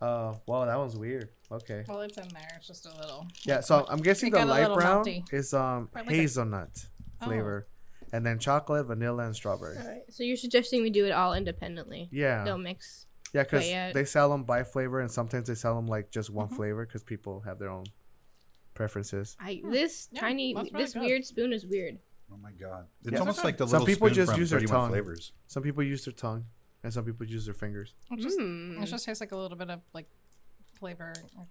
S4: Uh, wow, that one's weird. Okay.
S5: Well, it's in there. It's just a little.
S4: Yeah, so I'm guessing
S5: It
S4: the
S5: got a
S4: light
S5: little
S4: brown
S5: melty.
S4: is um
S5: Probably like a-
S4: hazelnut
S5: Oh.
S4: flavor, and then chocolate, vanilla, and strawberry.
S3: All right. So you're suggesting we do it all independently?
S4: Yeah,
S3: Don't mix.
S4: yeah, because
S3: yeah.
S4: they sell them by flavor, and sometimes they sell them like just
S5: Mm-hmm.
S4: one flavor 'cause flavor because people have their own preferences.
S3: I this
S5: Hmm. Yeah,
S3: tiny
S5: that's really
S3: this
S5: good.
S3: weird spoon is weird.
S2: Oh my god. It's
S4: Yeah.
S2: almost like the
S4: Some
S2: little
S4: people
S2: spoon
S4: just
S2: from
S4: use their
S2: 31
S4: tongue.
S2: flavors.
S4: Some people use their tongue, and some people use their fingers.
S5: It just,
S3: Mm.
S5: it Hmm. just tastes like a little bit of like flavor, like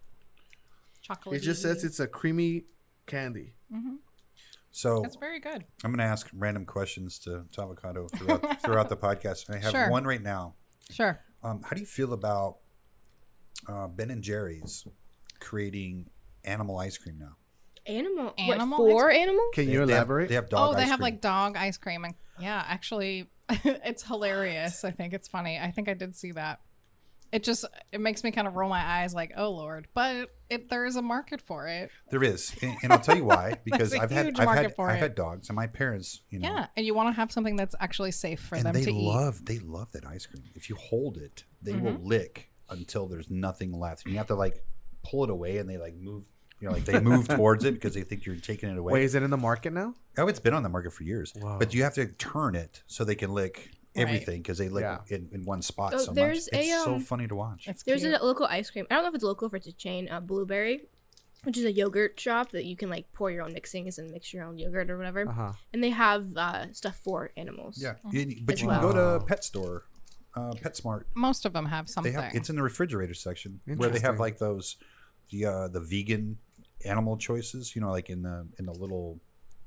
S5: chocolate.
S4: It just says it's a creamy candy.
S5: hmm
S2: So
S5: That's very good.
S2: I'm gonna ask random questions to, to avocado
S5: <laughs>
S2: throughout throughout the podcast. And I have
S5: Sure.
S2: one right now.
S5: Sure.
S2: Um, how do you feel about uh, Ben and Jerry's creating animal ice cream now?
S3: Animal.
S5: Animal
S3: What, four animal?
S4: Can
S2: They-
S4: you
S2: they have-
S4: elaborate?
S2: They have, dog.
S5: oh, they
S2: ice
S5: have
S2: cream.
S5: like dog ice cream, and yeah, actually, <laughs> it's hilarious. I think it's funny. I think I did see that. It just it makes me kind of roll my eyes, like, oh lord. But it, there is a market for it.
S2: There is, and, and I'll tell you
S5: <laughs>
S2: why. Because
S5: a
S2: I've had
S5: huge
S2: I've
S5: market
S2: had
S5: for
S2: I've
S5: it.
S2: had dogs, and my parents, you know,
S5: Yeah, and you want to have something that's actually safe for
S2: and
S5: them
S2: they
S5: to eat. Mm-hmm.
S2: love they love that ice cream. If you hold it, they will lick until there's nothing left. And you have to like pull it away, and they like move. You know, like they move
S5: <laughs>
S2: towards it because they think you're taking it away.
S4: Wait, is it in the market now?
S2: Oh, it's been on the market for years.
S4: Wow.
S2: But you have to turn it so they can lick
S5: Right.
S2: everything because they lick
S4: Yeah.
S2: in, in one spot
S3: Oh,
S2: so
S3: there's
S2: much. it's
S3: a,
S2: so
S3: um,
S2: funny to watch.
S5: It's
S3: There's
S5: cute.
S3: a local ice cream. I don't know if it's local, if it's a chain. Uh, Blueberry, which is a yogurt shop that you can like pour your own mixings and mix your own yogurt or whatever.
S4: Uh huh.
S3: And they have uh, stuff for animals.
S2: Ah. Yeah, And- but
S3: As
S2: you can go
S4: well.
S2: to Pet Store, uh, PetSmart.
S5: most of them have
S2: They
S5: something.
S2: have it's in the refrigerator section where they have
S4: Interesting.
S2: like those the uh, the vegan animal choices. You know, like in the in the little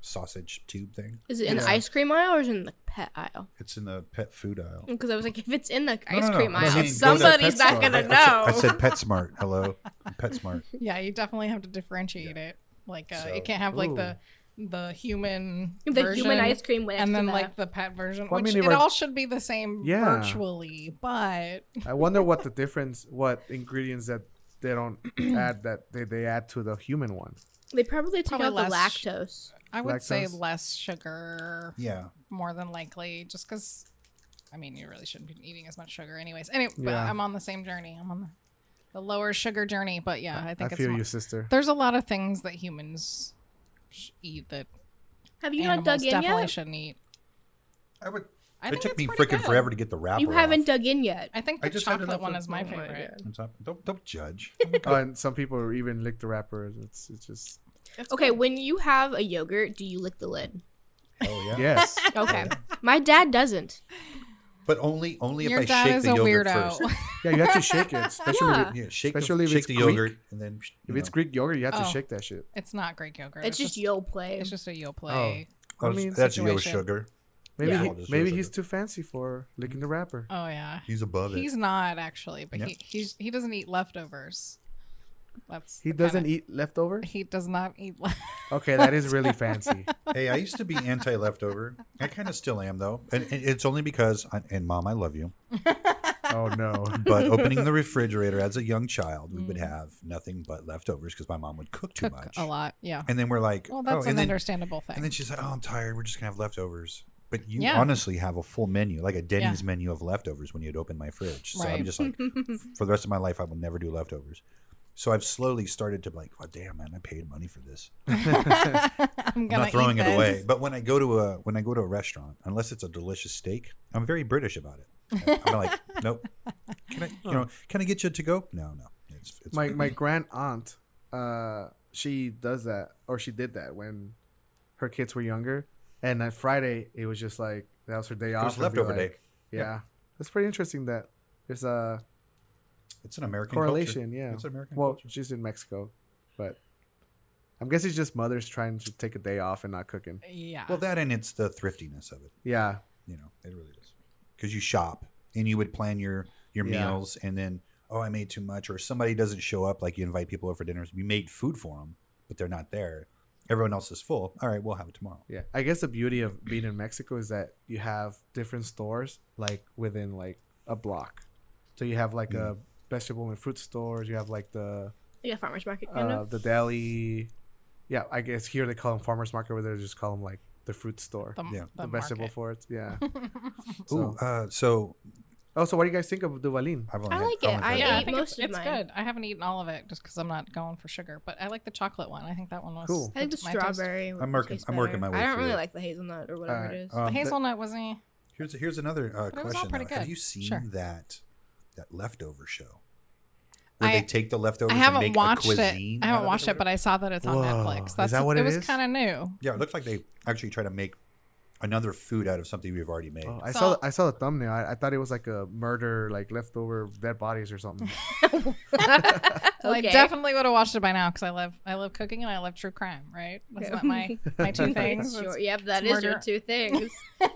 S2: sausage tube thing.
S3: Is it in the
S4: Yeah.
S3: ice cream aisle or is it in the pet aisle?
S2: It's in the pet food aisle.
S3: Because I was like, if it's in the
S2: No,
S3: ice
S2: no, no.
S3: cream
S2: No, I
S3: aisle,
S2: mean, go to
S3: somebody's
S4: Pet
S3: not
S4: Store.
S3: gonna
S4: I-
S3: know.
S2: I said PetSmart. Hello, <laughs> PetSmart.
S5: Yeah, you definitely have to differentiate it. Like uh,
S2: So-
S5: it can't have like the the human
S3: <laughs> the
S5: version
S3: human ice cream went
S5: and
S3: after
S5: then
S3: that.
S5: like the pet version,
S4: Well, I
S5: which
S4: mean, they
S5: it
S4: were-
S5: all should be the same
S4: Yeah.
S5: virtually, but
S4: I wonder what the difference, what ingredients that they don't <clears throat> add that they, they add to the human one.
S3: they probably took
S5: Probably
S3: out the
S5: less-
S3: lactose.
S5: I would say
S4: Lactose.
S5: less sugar,
S2: Yeah,
S5: more than likely, just because. I mean, you really shouldn't be eating as much sugar, anyways. Anyway, but
S4: Yeah.
S5: I'm on the same journey. I'm on the, the lower sugar journey, but yeah, Uh, I
S4: I
S5: think it's.
S4: feel
S5: more-
S4: you, sister.
S5: There's a lot of things that humans sh- eat that
S3: Have you not
S5: animals
S3: dug in
S5: definitely
S3: yet?
S5: shouldn't eat.
S2: I would.
S5: I
S2: it
S5: think
S2: took
S5: it's
S2: me
S5: pretty
S2: freaking
S5: good.
S2: forever to get the wrapper.
S3: You
S2: off.
S3: haven't dug in yet.
S5: I think
S2: I
S5: the
S2: just had
S5: chocolate
S2: enough
S5: one
S2: of-
S5: is my
S3: oh my
S5: favorite.
S2: I'm sorry. Don't don't
S5: <laughs>
S2: judge.
S4: Oh, and some people even lick the wrapper. It's it's just
S5: It's
S3: Okay,
S5: good.
S3: when you have a
S5: <laughs>
S3: yogurt, do you lick the lid?
S2: Oh yeah.
S4: yes.
S3: Okay. My dad doesn't.
S2: But only only
S5: Your
S2: if I
S5: dad
S2: shake
S5: is
S2: the
S5: a
S2: yogurt
S3: <laughs>
S5: weirdo.
S2: first.
S4: Yeah, you have to shake
S5: <laughs>
S4: it, especially
S3: Yeah.
S4: if, it-
S2: Yeah, shake
S4: Especially
S2: the,
S4: if
S2: shake
S4: it's
S2: the
S4: Greek.
S2: yogurt and then
S4: if
S2: you
S4: it's
S2: know.
S4: Greek yogurt. You have to
S5: Oh.
S4: shake that shit.
S5: It's not Greek yogurt.
S3: It's just yo play.
S5: It's just a
S2: Oh.
S5: yo play.
S4: I
S2: That's-
S4: mean,
S2: that's yo
S5: situation.
S2: sugar.
S4: Maybe
S2: Yeah.
S4: he-
S2: Well, just
S4: maybe
S2: use
S4: he's
S2: it.
S4: too fancy for licking the wrapper.
S5: Oh, yeah.
S2: He's above
S5: He's
S2: it.
S5: not actually, but
S2: Yeah.
S5: he he's, he doesn't eat leftovers. That's
S4: He
S5: the kinda-
S4: doesn't eat leftovers.
S5: <laughs> He does not eat. Le-
S4: Okay, that is really fancy.
S2: hey, I used to be anti leftover. I kind of still am though, and and it's only because I, and mom, I love you.
S4: Oh
S5: <laughs>
S4: no.
S2: But opening the refrigerator as a young child, we would
S5: Mm.
S2: have nothing but leftovers because my mom would cook too
S5: cook <laughs>
S2: much.
S5: a lot. Yeah.
S2: And then we're like,
S5: Well, that's
S2: oh,
S5: an
S2: and then,
S5: understandable thing. <laughs>
S2: and then <laughs> she's like, oh, I'm tired. We're just gonna have leftovers. But you
S5: Yeah.
S2: honestly have a full menu, like a Denny's menu of leftovers when you'd open my fridge. So I'm
S5: Right.
S2: just like, for the rest of my life, I will never do leftovers. So I've slowly started to be like, oh, damn, man, I paid money for this.
S5: I'm
S2: I'm
S5: gonna
S2: not throwing
S5: eat
S2: it away.
S5: this.
S2: But when I go to a when I go to a restaurant, unless it's a delicious steak, I'm very British about
S5: <laughs>
S2: it. I'm like, nope. Can I, you know, can I get you to go? No, no. It's, it's
S4: my my grand aunt, uh, she does that or she did that when her kids were younger. And on Friday, it was just like that was her day off.
S2: was
S4: It'd be
S2: leftover
S4: like-
S2: day.
S4: Yeah. that's pretty interesting. That there's a
S2: it's an American culture.
S4: correlation. Yeah.
S2: It's American
S4: Well,
S2: culture.
S4: she's in Mexico, but I'm guessing it's just mothers trying to take a day off and not cooking.
S5: Yeah.
S2: Well, that and it's the thriftiness of it.
S4: Yeah,
S2: You know, it really is because you shop and you would plan your your
S4: Yeah.
S2: meals, and then oh, I made too much, or somebody doesn't show up. Like you invite people over for dinners, you made food for them, but they're not there. Everyone else is full. All right, we'll have it tomorrow.
S4: yeah. I guess the beauty of being in Mexico is that you have different stores like within like a block. So you have like a vegetable and fruit stores. You have like the
S3: yeah, farmers market kind
S4: uh,
S3: of.
S4: the deli. Yeah, I guess here they call them farmers market, where they just call them like the fruit store,
S5: the,
S2: yeah.
S4: the,
S5: the
S4: vegetable
S5: market.
S4: for it. Yeah.
S5: <laughs>
S2: Ooh,
S4: so,
S2: uh, so
S4: oh, so what do you guys think of Duvalin?
S2: I've only
S3: I
S2: had-
S3: like
S2: only
S3: it.
S2: tried
S3: I
S5: Yeah, I
S3: ate
S5: think
S3: most
S5: it's,
S3: of
S5: it's
S3: mine.
S5: good. I haven't eaten all of it just because I'm not going for sugar, but I like the chocolate one. I think that one was.
S4: Cool.
S3: I think the
S5: that's my taste.
S3: strawberry. would
S2: I'm working-
S3: taste
S2: I'm working
S3: better.
S2: my way
S3: I don't
S2: through
S3: really
S2: it.
S3: like the hazelnut or whatever
S4: Alright.
S3: it is.
S2: Um,
S5: The
S2: that-
S5: hazelnut wasn't.
S2: Here's here's another uh,
S5: But it was all
S2: question.
S5: pretty
S2: though. Have
S5: good.
S2: you seen
S5: Sure.
S2: that that leftover show where
S5: I-
S2: they take the leftovers?
S5: I
S2: and
S5: haven't
S2: make
S5: watched
S2: a
S5: it. I
S2: cuisine out of
S5: haven't watched
S2: or
S5: it, but I saw that it's on
S4: Whoa. Is
S5: Netflix. That's
S4: that what it
S5: was
S4: is?
S5: kind of new.
S2: whatever? yeah, it looks like they actually try to make another food out of something we've already made.
S4: Oh, I
S5: So-
S4: saw I saw the thumbnail. I, I thought it was like a murder, like leftover dead bodies or something.
S5: So I definitely would have watched it by now because I love I love cooking and I love true crime. Right?
S3: <laughs>
S5: That's
S3: Yeah.
S5: not my <laughs>
S2: <laughs>
S5: my two things.
S3: Sure.
S5: It's-
S3: Yep, that
S5: it's
S3: is your
S5: murder.
S3: two things.
S5: <laughs>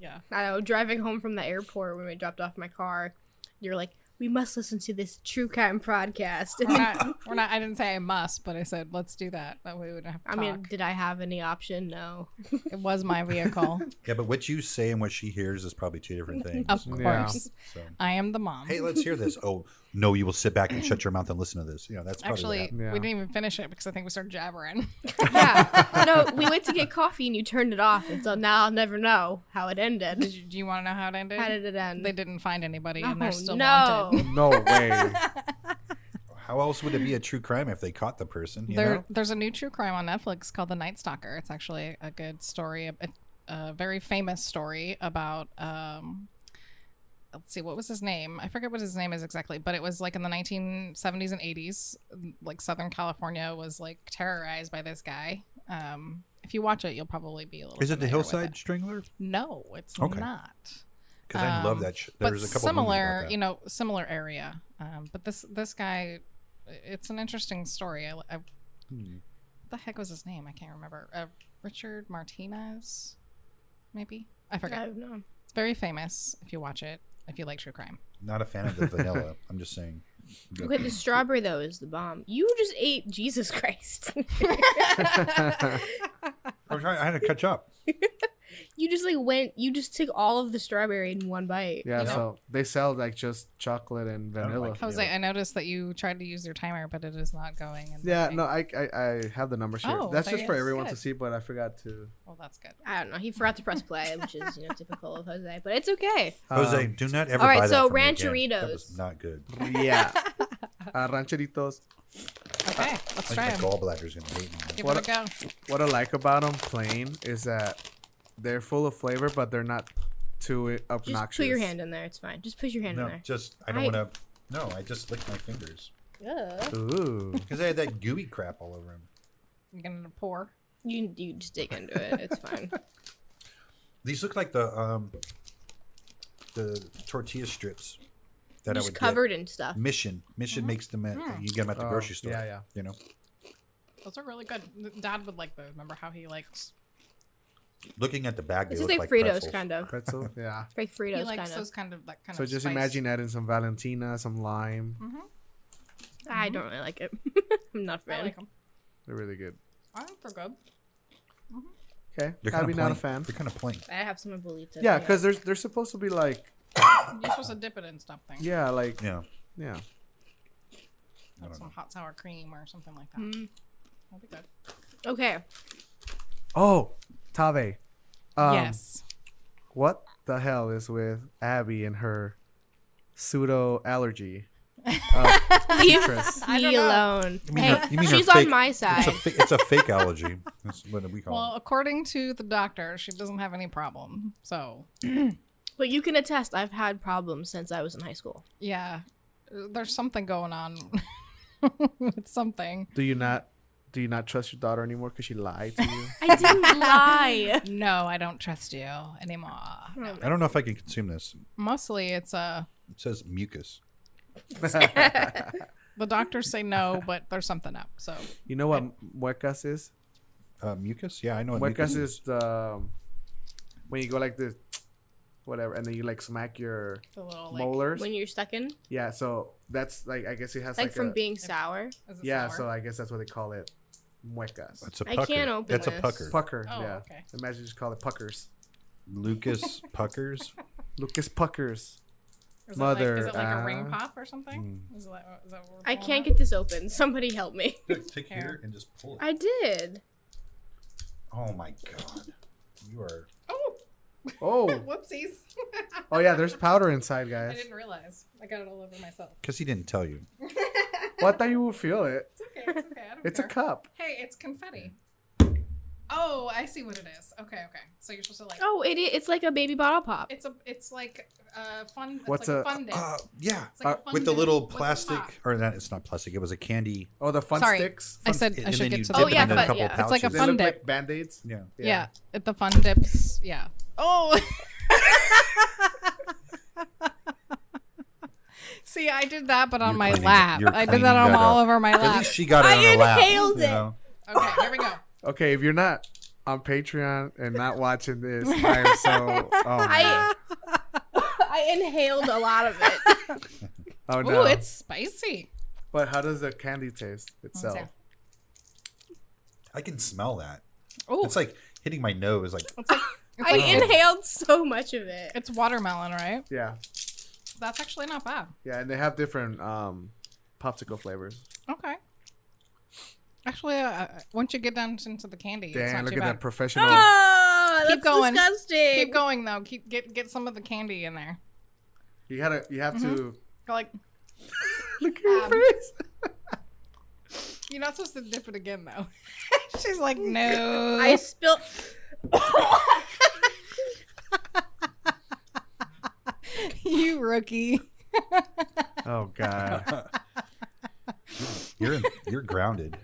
S5: yeah.
S3: I know, driving home from the airport when we dropped off my car, you're like, we must listen to this true crime podcast. And
S5: We're
S3: then-
S5: not, we're not. I didn't say I must, but I said let's do that. That way we wouldn't have
S3: <laughs>
S5: to
S3: I
S5: talk.
S3: mean, <laughs> did I have any option?
S5: <laughs>
S3: No.
S5: it was
S3: <laughs>
S5: my vehicle,
S2: Yeah, but what you say and what she hears is probably two different things.
S5: <laughs> of
S4: Yeah.
S5: course.
S2: So,
S5: I am the mom.
S2: hey, let's hear this. Oh no, you will sit back and shut your mouth and listen to this. You know, that's probably what
S5: Actually,
S2: happened.
S4: happened. Yeah.
S5: we didn't even finish it because I think we
S3: <laughs>
S5: started jabbering.
S3: Yeah. no, we went to get coffee and you turned it off. And so now I'll never know how it ended.
S5: Did you, do you want to know how it ended?
S3: How did it end?
S5: They didn't find anybody,
S3: oh,
S5: and they're still
S3: no.
S5: wanted.
S4: <laughs> no
S5: <laughs>
S4: way.
S2: how else would it be a true crime if they caught the person? You
S5: There,
S2: know?
S5: there's a new true crime on Netflix called The Night Stalker. It's actually a good story, a, a very famous story about. Um, let's see, what was his name? I forget what his name is exactly, but it was like in the 1970s and 80s. Like Southern California was like terrorized by this guy. Um, if you watch it, you'll probably be a little.
S2: Is it the
S5: familiar with
S2: Hillside
S5: it.
S2: Strangler?
S5: No, it's
S2: Okay.
S5: not.
S2: Because I love
S5: Um,
S2: that. Sh-
S5: But
S2: there's a couple
S5: similar,
S2: movies
S5: you know, similar area. Um, but this this guy, it's an interesting story. I, I
S2: about that.
S5: the heck was his name? I can't remember. Uh, Richard Martinez, maybe. I
S3: I
S5: forget.
S3: don't know.
S5: It's very famous. If you watch it, if you like true crime,
S2: Not a fan <laughs> of the vanilla. I'm just saying.
S3: Okay, the strawberry though is the bomb. You just ate Jesus
S5: <laughs>
S3: Christ. <laughs>
S2: I'm trying, I had to catch up.
S3: you just like went. You just took all of the strawberry in one bite.
S4: Yeah,
S5: You know?
S4: so they sell like just chocolate and
S2: don't
S4: vanilla.
S2: like it.
S5: Jose,
S2: Yeah.
S5: I noticed that you tried to use your timer, but it is not going. And
S4: Yeah, no, I, I I have the numbers here.
S5: Oh,
S4: That's
S5: there
S4: just
S5: it
S4: for
S5: is.
S4: everyone to
S5: Good.
S4: see, but I forgot to.
S5: Well, that's good.
S3: I don't know. He forgot to press play, which is you know typical of Jose, but it's okay.
S2: Jose,
S4: Um,
S2: do not ever.
S3: all right,
S2: buy that
S3: so
S2: from me again. That
S3: Rancheritos.
S2: was not good.
S4: yeah, uh, rancheritos.
S5: <laughs> Okay, let's
S2: I
S5: try
S2: think my
S5: them.
S2: gallbladder's gonna hate me.
S5: Give
S4: What
S5: it a go.
S4: What I like about them plain is that they're full of flavor, but they're not too
S3: Just
S4: obnoxious.
S3: put your hand in there. It's fine. Just put your hand
S2: No,
S3: in
S2: just I
S3: I-
S2: don't want to. No, I just licked my fingers
S3: there. Ugh.
S4: Ooh,
S2: because I had that gooey crap all over them.
S5: I'm gonna pour.
S2: <laughs>
S3: You you just dig into it. It's fine.
S2: These look like the um, the tortilla strips that I
S3: just
S2: would
S3: covered in stuff.
S2: get. Mission Mission
S5: Mhm.
S2: makes them at
S5: Mm.
S2: you get them <laughs> at the
S4: Oh,
S2: grocery store.
S4: Yeah, yeah.
S2: You know,
S5: Those are really good. Dad would like those. Remember how he likes
S2: looking at the bag, they
S3: This is
S2: look
S3: like
S2: like
S3: Fritos,
S2: pretzels.
S3: kind of.
S2: <laughs>
S4: Pretzel. yeah.
S3: It's like Fritos,
S5: he likes
S3: kind of.
S5: those kind of that kind
S4: So
S5: of.
S4: just
S5: spice.
S4: imagine adding some Valentina, some lime.
S5: Mhm.
S3: I
S5: Mhm.
S3: don't really like it. <laughs> I'm not a
S5: I
S3: fan.
S5: like them.
S4: They're really good.
S5: I think they're good.
S4: Okay,
S2: They're
S4: I'd
S2: kind
S4: be
S2: of
S4: not a
S2: plain.
S4: fan.
S2: They're kind of plain.
S3: I have someone believe it.
S4: Yeah, because there's they're supposed to be like
S5: You're supposed to dip it in something.
S4: yeah like
S2: Yeah,
S4: yeah.
S2: I
S5: Like
S2: don't
S5: some
S2: know.
S5: hot sour cream or something like that.
S3: Mm.
S5: That'd be good.
S3: Okay.
S4: Oh, Tave. Um,
S5: yes.
S4: What the hell is with Abby and her pseudo allergy? of
S3: <laughs> Leave
S4: citrus?
S5: I don't
S3: me
S5: know.
S3: alone.
S2: You mean
S3: Hey,
S2: her- you mean her
S3: she's on
S2: fake-
S3: my side.
S2: It's a, fa- it's a fake allergy. That's what we call
S5: Well,
S2: it.
S5: according to the doctor, she doesn't have any problem. So
S3: But you can attest, I've had problems since I was in high <laughs> school.
S5: yeah, there's something going on <laughs> with something.
S4: Do you not do you not trust your daughter anymore because she lied to you?
S3: I didn't lie.
S5: No, I don't trust you anymore. No.
S2: I don't know if I can consume this.
S5: Mostly, it's uh,
S2: It says mucus.
S5: the doctors say
S4: <laughs>
S5: no, but there's something up. So
S4: you know what muecas is?
S2: Uh, mucus? Yeah, I know what mucus
S4: Muecas is the um, when you go like this, whatever, and then you like smack your
S5: the little like,
S4: molars.
S3: When you're stuck in,
S4: Yeah, so that's like I guess it has
S3: like,
S4: like,
S3: from
S4: a,
S3: being sour.
S5: is it
S4: yeah.
S5: sour?
S4: So I guess that's what they call it, muecas.
S2: It's a
S3: I
S2: pucker.
S3: can't open
S2: That's a
S3: this.
S2: pucker.
S4: Pucker.
S5: Oh,
S4: yeah.
S5: okay.
S4: Imagine just call it puckers.
S2: Lucas puckers.
S4: Lucas puckers.
S5: Is it like-
S4: Mother,
S5: is it like a
S4: uh, hmm.
S5: ring pop or something? Is that, is that what we're
S3: I
S5: calling
S3: can't
S5: it?
S3: get this open. <laughs> Somebody help me.
S2: Take
S5: here
S2: and just pull
S3: I did.
S2: Oh my god, you are.
S5: Oh, <laughs>
S4: Oh.
S5: whoopsies!
S4: Oh yeah, there's powder inside,
S5: I
S4: guys.
S5: didn't realize. I got it all over myself.
S2: Because he didn't tell you.
S4: Well, I thought you would feel it.
S5: It's okay. It's okay. I don't
S4: It's a
S5: care.
S4: cup.
S5: Hey, it's confetti. Oh, I see what it is. Okay, okay. So you're supposed to like.
S3: Oh, it, i- it's like a baby bottle pop.
S5: It's a. It's like a fun. It's
S4: What's
S5: like a,
S4: a-
S5: fun dip.
S2: Uh, yeah,
S5: It's like a
S4: uh,
S5: fun
S2: with the
S5: dip
S2: little
S5: with the
S2: plastic,
S5: pop.
S2: or that it's not plastic. It was a candy.
S4: Oh, the fun
S5: Sorry.
S4: sticks.
S5: I said I
S2: and
S5: should
S2: then
S5: get
S2: you
S5: to
S2: dip
S5: the.
S3: Oh, yeah,
S2: it in a
S3: fun-
S2: couple
S3: yeah.
S5: It's like a
S2: pouches.
S4: They
S5: fun
S4: look
S5: dip.
S4: like band-aids.
S2: Yeah.
S5: yeah. at the fun dips. Yeah. Oh. <laughs> see, I did that, but on
S2: You're
S5: my
S2: cleaning-
S5: lap.
S2: you're
S5: I did
S2: cleaning
S5: that on
S2: that
S5: all
S2: up.
S5: over my
S2: At
S5: lap.
S2: least she got it
S3: I
S2: on her lap.
S3: inhaled
S2: you
S3: it.
S2: know?
S5: Okay, here
S2: <laughs>
S5: we go.
S4: Okay, if you're not on Patreon and not
S5: <laughs>
S4: watching this, I am so. Oh,
S3: I-
S4: man.
S3: <laughs> I inhaled a lot of <laughs> it.
S4: oh no.
S5: Ooh, it's spicy.
S4: But how does the candy taste itself?
S5: Okay.
S2: I can smell that.
S5: Oh,
S2: It's like hitting my nose.
S5: <laughs>
S2: Like
S5: It's like
S2: Uh-huh.
S3: I inhaled so much of it.
S5: it's watermelon, right?
S4: Yeah,
S5: That's actually not bad.
S4: yeah, and they have different um, popsicle flavors.
S5: Okay. Actually, uh, once you get down into the candy, it's
S4: Damn,
S5: not
S4: look
S5: too
S4: at
S5: bad. Ah!
S4: that professional.
S3: Oh,
S5: Keep
S3: that's
S5: going.
S3: disgusting.
S5: Keep going though. Keep get get some of the candy in there.
S4: You gotta, you have to.
S5: Go like
S4: Look at your
S5: Um, <laughs>
S4: face.
S5: you're not supposed to dip it again though. <laughs>
S2: <laughs>
S5: She's like, no.
S3: I spilled.
S5: <laughs> you rookie.
S4: Oh god.
S5: <laughs>
S4: <laughs>
S2: you're you're grounded.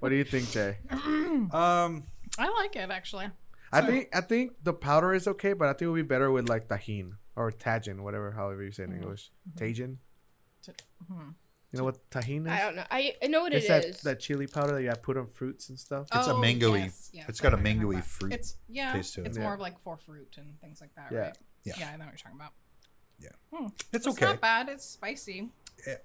S4: what do you think, Jay?
S2: Um,
S5: I like it actually.
S4: I think I think the powder is okay, but I think it would be better with like tajin or tajin, whatever, however you say it
S5: Mm-hmm.
S4: in English. Tajin.
S5: Mhm.
S4: You know what tajin is?
S3: I don't know. I, I know what
S4: it's
S3: it
S4: that,
S3: is. Oh.
S4: that chili powder that you put on fruits and stuff.
S2: It's
S5: Oh,
S2: a mango-y- it's got a
S5: I know what you're talking
S2: mango-y
S5: about.
S2: fruit
S5: It's yeah.
S2: taste to it.
S5: It's
S4: Yeah.
S5: more of like for fruit and things like that,
S4: Yeah.
S5: right?
S2: Yeah.
S5: Yeah, I know what you're talking about.
S2: Yeah.
S5: Hmm.
S2: it's
S5: It's
S2: okay.
S5: not bad. It's spicy.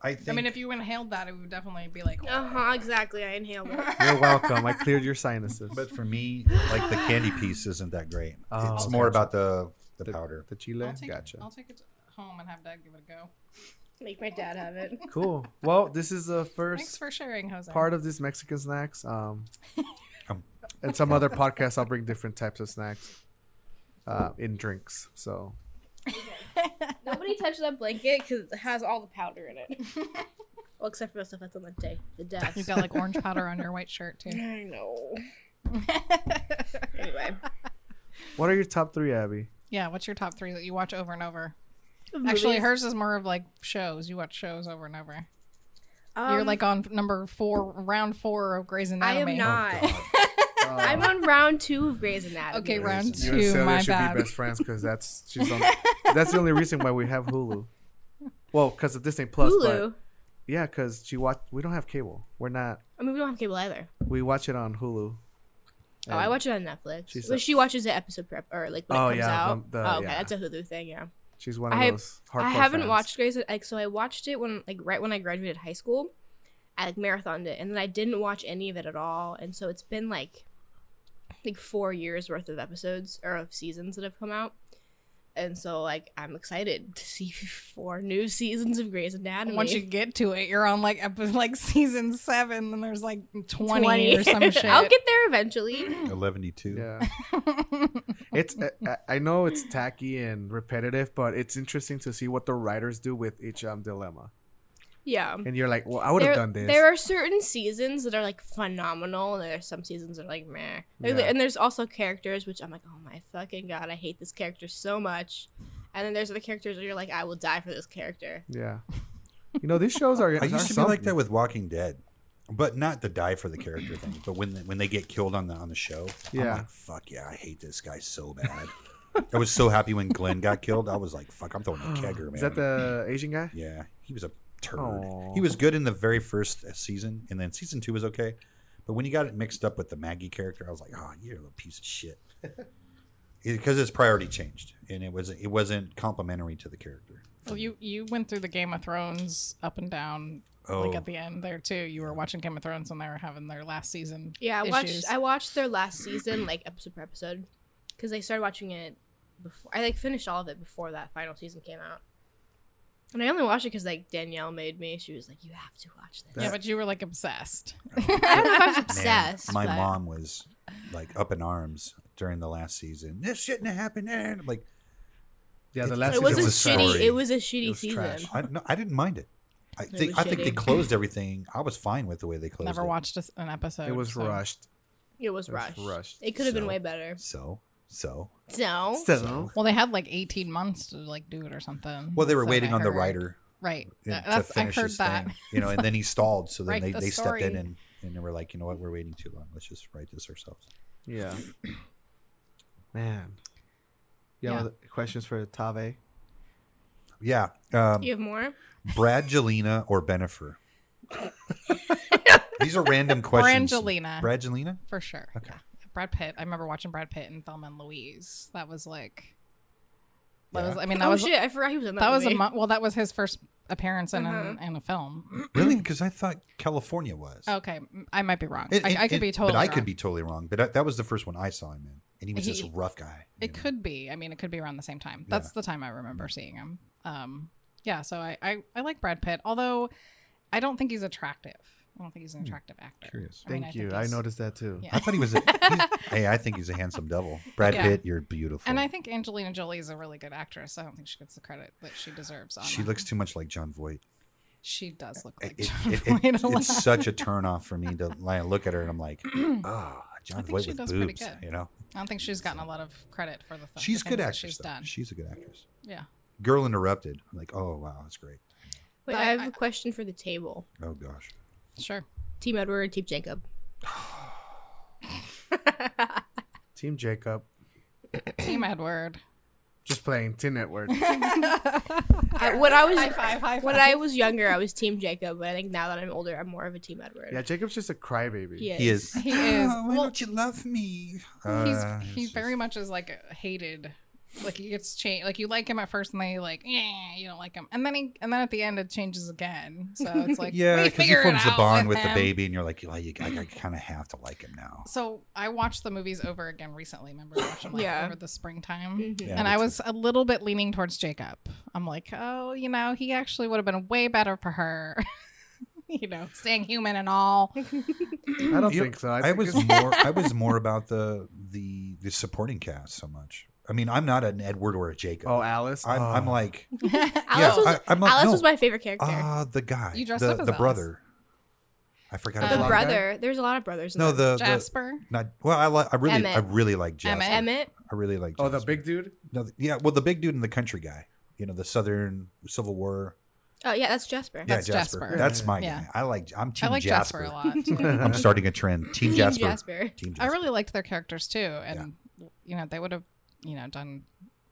S2: I think.
S5: I mean, if you inhaled that, it would definitely be like.
S3: uh
S5: <laughs>
S3: huh. Exactly. I inhaled it.
S4: You're welcome. I cleared your sinuses.
S2: But for
S5: <laughs>
S2: me, like the candy piece isn't that great.
S4: Oh,
S2: it's
S4: okay.
S2: more about the the,
S4: the,
S2: powder.
S4: <laughs> the chile.
S5: I'll take,
S4: Gotcha.
S5: I'll take it home and have Dad give it a go.
S3: <laughs> Make my dad have it.
S4: Cool. Well, this is the
S5: Thanks
S4: first
S5: for sharing, Jose.
S4: part of this Mexican snacks.
S5: <laughs>
S4: Um,
S2: Um.
S4: and some other podcasts, I'll bring different types of snacks, uh, in drinks. So
S3: <laughs> Nobody touched that blanket because it has all the powder in it. <laughs> well, except for the stuff that's on the day, the
S5: You've
S3: desk.
S5: got like orange powder on your white shirt too.
S3: I know. <laughs> Anyway,
S4: what are your top three, Abby?
S5: yeah, what's your top three that you watch over and over? Actually, hers is more of like shows. You watch shows over and over. You're
S3: Um,
S5: like on number four, round four of Grey's
S3: I
S5: Anatomy.
S4: Oh,
S3: am not.
S2: God.
S3: <laughs> <laughs> I'm on round two of Grey's Anatomy.
S5: Okay,
S4: There
S5: round
S4: is-
S5: two,
S4: You and Celia
S5: my
S4: should
S5: bad.
S4: be best friends because that's she's on. that's the only reason why we have Hulu. Well, because of Disney Plus. But
S3: Hulu.
S4: yeah, because she watch. We don't have cable. We're not.
S3: I mean, we don't have cable either.
S4: We watch it on Hulu.
S3: Oh, I
S4: And-
S3: watch it on Netflix.
S4: she's
S3: But
S4: a-
S3: she watches the episode prep or like when
S4: Oh,
S3: it comes
S4: yeah,
S3: out.
S4: the- the-
S3: oh, okay,
S4: yeah.
S3: that's a Hulu thing. Yeah,
S4: She's one of
S3: I-
S4: those hardcore.
S3: I haven't
S4: fans.
S3: watched Grey's. Like, so I watched it when like right when I graduated high school. I like marathoned it, and then I didn't watch any of it at all. And so it's been like, like four years worth of episodes or of seasons that have come out. And so like I'm excited to see <laughs> four new seasons of Grey's Anatomy.
S5: Once you get to it, you're on like epi- like <laughs> season seven, and there's like
S3: <laughs>
S5: 20, or some shit.
S3: I'll get there eventually.
S2: 112.
S4: Hmm. Yeah. <laughs> it's I- I, I know it's tacky and repetitive, but it's interesting to see what the writers do with each um dilemma.
S3: Yeah.
S4: And you're like, well, I would have done this.
S3: There are certain seasons that are like phenomenal, and there's some seasons that are like meh. Like,
S4: Yeah.
S3: And there's also characters which I'm like, oh my fucking god, I hate this character so much. And then there's other characters where you're like, I will die for this character.
S4: yeah. You know, these shows are.
S2: I used to be like that with Walking Dead, but not the die for the character thing. But when when they get killed on the on the show,
S4: Yeah.
S2: I'm like, fuck yeah, I hate this guy so bad. I was so happy when Glenn got killed. I was like, fuck, I'm throwing a kegger, man.
S4: <gasps> Is that the Asian guy?
S2: Yeah, he was a turd.
S4: Aw.
S2: He was good in the very first uh, season, and then season two was okay. But when you got it mixed up with the Maggie character, I was like, oh, you're a little piece of shit. Because his priority changed, and it was it wasn't complimentary to the character.
S5: <laughs> Well, you you went through the Game of Thrones up and down,
S2: Oh.
S5: like at the end there too. You were watching Game of Thrones when they were having their last season.
S3: Yeah, I
S5: issues.
S3: watched I watched their last season like episode per episode because I started watching it before I like finished all of it before that final season came out. And I only watched it because like Danielle made me. She was like, "You have to watch this."
S5: yeah, but you were like obsessed. <laughs>
S3: I don't know if I was
S2: Man,
S3: obsessed.
S2: my
S3: but-
S2: mom was like up in arms during the last season. This shouldn't have happened. And I'm like,
S4: Yeah, the
S2: It-
S4: last
S3: It
S2: That's
S3: was a
S2: just a
S3: shitty.
S2: story.
S3: It was a shitty
S4: It was
S3: season.
S4: trash.
S2: I, no, I didn't mind it. I
S3: It
S2: think
S3: was
S2: I think they
S3: shitty.
S2: closed everything. I was fine with the way they closed.
S5: Never
S2: it.
S5: watched a s an episode.
S4: It was
S5: so-
S4: rushed.
S3: It was
S4: It was
S3: rushed.
S4: rushed.
S3: It could have
S2: So-
S3: been way better.
S2: So so
S3: So
S4: So
S5: Well, they had like 18 months to like do it or something.
S2: well, they were
S5: so
S2: waiting
S5: I
S2: on the
S5: heard.
S2: writer
S5: Right.
S2: and-
S5: Th-
S2: to
S5: That's, I
S2: finish
S5: heard
S2: his
S5: that. <laughs>
S2: thing, you know, and then he stalled. So then
S5: Write
S2: they,
S5: the
S2: they stepped in
S5: story.
S2: and and they were like, you know what, we're waiting too long. Let's just write this ourselves.
S4: yeah, <clears throat> man. You have
S5: Yeah.
S4: other questions for Tave?
S2: Yeah, um,
S5: <laughs>
S3: you have more?
S2: Brad Jelena or Benifer. These are random questions.
S5: Brangelina.
S2: Bradgelina?
S5: For sure.
S2: Okay.
S5: Yeah. Brad Pitt. I remember watching Brad Pitt in Thelma and Louise. That was like. That
S2: Yeah.
S5: was. I mean, that
S3: Oh
S5: was.
S3: shit! I forgot he was in that.
S5: That was a
S3: movie.
S5: mo- well. That was his first appearance in, an,
S3: Uh-huh.
S5: in a film. <clears throat>
S2: Really? Because I thought California was.
S5: Okay, m- I might be wrong.
S2: It-
S5: Oh, I,
S2: it-
S5: I could
S2: it-
S5: be totally.
S2: But I
S5: wrong.
S2: could be totally wrong. But that, that was the first one I saw him in, and he was just a
S5: He-
S2: rough guy. you
S5: It <laughs>
S2: know?
S5: could be. I mean, it could be around the same time. That's
S2: Yeah.
S5: the time I remember seeing him. Um, yeah. So I, I, I like Brad Pitt, although I don't think he's attractive. I don't think he's an attractive actor.
S2: Hmm. Curious.
S5: I mean,
S4: Thank
S5: I think
S4: you. I
S5: he's- <laughs>
S4: noticed that too.
S5: Yeah.
S2: I thought he was. A,
S5: <laughs>
S2: he's- hey, I think he's a handsome devil. Brad
S5: Yeah.
S2: Pitt, you're beautiful.
S5: And I think Angelina Jolie is a really good actress. I don't think she gets the credit that she deserves. On
S2: she
S5: that.
S2: looks too much like John Voight.
S5: She does look
S2: It-
S5: like
S2: it-
S5: John
S2: it- it-
S5: Voight a lot.
S2: it's
S5: <laughs>
S2: such a turnoff for me to like, look at her and I'm
S5: <clears throat>
S2: like, ah, John
S5: think
S2: Voight
S5: she
S2: with
S5: does pretty
S2: boobs.
S5: good.
S2: You know,
S5: I don't think she's gotten a lot of credit for the. th-
S2: she's
S5: the
S2: good
S5: things that
S2: actress.
S5: She's
S2: though.
S5: done.
S2: She's a good actress.
S5: yeah.
S2: Girl interrupted. I'm like, oh wow, that's great.
S3: Wait,
S5: But
S3: I have
S5: I-
S3: a question for the table.
S2: Oh gosh,
S5: Sure.
S3: Team Edward and Team Jacob.
S4: Team Jacob,
S5: Team <laughs> Edward.
S4: just playing
S5: <laughs>
S4: Team Network.
S3: I, when I was
S5: High five, high
S3: <laughs> when
S5: five.
S3: I was younger, I was Team Jacob, but I think now that I'm older, I'm more of a Team Edward.
S4: yeah, Jacob's just a crybaby.
S3: He is.
S2: he is.
S5: He
S2: <laughs>
S5: is.
S2: "Ah, why
S5: Well-
S2: don't you love me? Uh,
S5: he's
S2: it's
S5: he
S2: just-
S5: very much is like hated. Like he gets changed. Like you like him at first, and then you like, yeah, you don't like him, and then he, and then at the end it changes again.
S2: <laughs>
S5: So it's like,
S2: Yeah,
S5: we
S2: because he
S5: figure it
S2: forms a
S5: out
S2: bond with, the
S5: him.
S2: baby, and you're like, well, you,
S5: <clears throat>
S2: I, I kind of have to like him now.
S5: So I watched the movies over again recently. Remember, I watched them like
S3: Yeah.
S5: over the springtime,
S3: Mhm. <laughs>
S2: Yeah,
S5: and
S2: me
S5: I
S2: too.
S5: was a little bit leaning towards Jacob. I'm like, oh, you know, he actually would have been way better for her. <laughs> you know, staying human and all.
S4: I don't
S2: You know,
S4: think so. I,
S2: I,
S4: think
S2: was
S4: it's-
S2: <laughs>
S4: <laughs>
S2: more I was more about the the the supporting cast so much. I mean, I'm not an Edward or a Jacob.
S4: Oh, Alice.
S2: I'm,
S4: oh.
S2: I'm like, yeah,
S3: Alice was
S2: I, am like,
S3: Alice
S2: no,
S3: was my favorite character.
S2: ah, the guy,
S5: You dressed
S2: the,
S5: up as
S2: the
S5: Alice.
S2: brother. I forgot
S3: the
S5: Uh,
S2: about
S4: blonde guy?
S3: brother. There's a lot of brothers. In
S2: No,
S3: that.
S2: the, the
S5: Jasper.
S2: not well. I like. I really, I
S3: Emmett.
S2: really like Jasper.
S3: Emmett.
S2: I really like.
S4: Oh, the
S5: <laughs>
S2: Jasper.
S4: big dude.
S2: No, th- yeah, well, the big dude and the country guy. You know, the Southern Civil War
S3: Oh yeah, that's Jasper.
S2: Yeah,
S3: <laughs>
S5: That's
S2: Jasper.
S5: Jasper.
S2: That's my
S5: Yeah.
S2: guy. I like. I'm
S5: I
S2: Team
S5: like
S2: Jasper.
S5: Jasper. a lot.
S4: <laughs>
S5: too.
S2: <laughs> I'm starting a
S5: <laughs>
S2: trend. Team Jasper. Team Jasper.
S5: I really liked their characters too, and you know they would have, you know, done.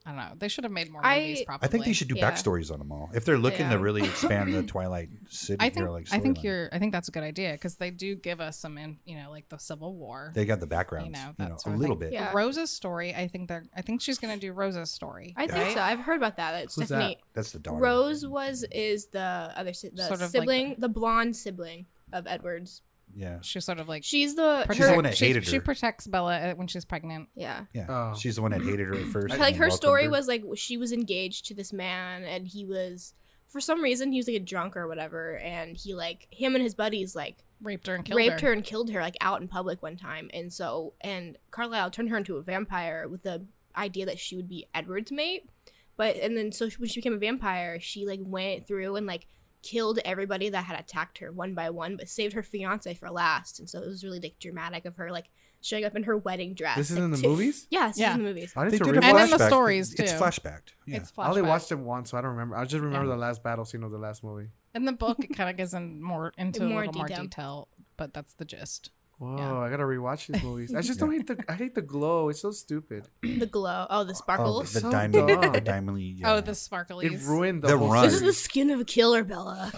S5: I don't know. They should have made more
S3: I-
S5: movies.
S3: I
S5: Probably.
S2: I think they should do
S3: Yeah.
S2: backstories on them all if they're looking
S5: Yeah.
S2: to really expand
S5: <laughs>
S2: the Twilight City.
S5: I think.
S2: or like
S5: I think
S2: storyline.
S5: you're. I think that's a good idea because they do give us some, in, you know, like the Civil War.
S2: They got the backgrounds,
S5: You know,
S2: you know,
S5: that sort
S2: a
S5: of
S2: little
S5: thing.
S2: bit.
S3: Yeah.
S5: Rosa's story. I think they're. I think she's gonna do Rosa's story.
S3: I think
S5: right?
S3: so. I've heard about that. That's
S4: Who's that?
S3: definitely
S2: That's the daughter.
S3: Rose was is the other si- the
S5: Sort of like
S3: sibling,
S5: the-
S3: the blonde sibling of Edward's.
S2: Yeah,
S5: She's sort of like.
S3: She's the
S2: She's the
S5: protect-
S2: one that
S5: she-
S2: hated
S5: She
S2: her.
S5: protects Bella uh, when she's pregnant.
S3: yeah.
S2: yeah.
S4: Oh.
S2: She's the one that hated
S5: <clears throat>
S2: her at first.
S4: I-
S2: and
S3: like her
S2: welcomed
S3: story
S2: her.
S3: was like she was engaged to this man and he was for some reason he was like a drunk or whatever and he like him and his buddies like
S5: Raped her and killed
S3: raped her. and killed her like out in public one time and so and carlisle turned her into a vampire with the idea that she would be edward's mate but and then so she, when she became a vampire she like went through and like killed everybody that had attacked her one by one but saved her fiance for last and so it was really like dramatic of her like showing up in her wedding dress
S4: This is
S3: like,
S4: in the
S3: to- <laughs>
S4: movies.
S3: yeah, this is
S5: Yeah.
S3: in the movies
S4: I
S2: They
S4: need to
S2: did a
S4: rewatch.
S5: And then the
S2: flashback.
S5: stories,
S2: It's
S5: too.
S2: flashbacked. Yeah.
S5: It's
S4: I only
S5: flashback.
S4: watched it once, so I don't remember. I just remember
S5: Yeah.
S4: the last battle scene of the last movie.
S5: In the book,
S2: <laughs>
S5: it kind of goes in more into
S3: More
S5: a little more
S3: detail.
S5: detail, but that's the gist.
S4: Whoa, I gotta rewatch these movies.
S2: <laughs>
S4: I just don't hate the. I hate the glow. It's so stupid.
S3: the glow oh the
S2: Oh,
S3: sparkles
S2: the
S4: So
S2: diamond. The
S4: dumb.
S2: diamond. <laughs>
S5: Oh, the sparklies.
S4: It ruined the,
S2: The
S4: whole
S2: run.
S3: This
S4: series.
S3: is the skin of a killer, <laughs> Bella.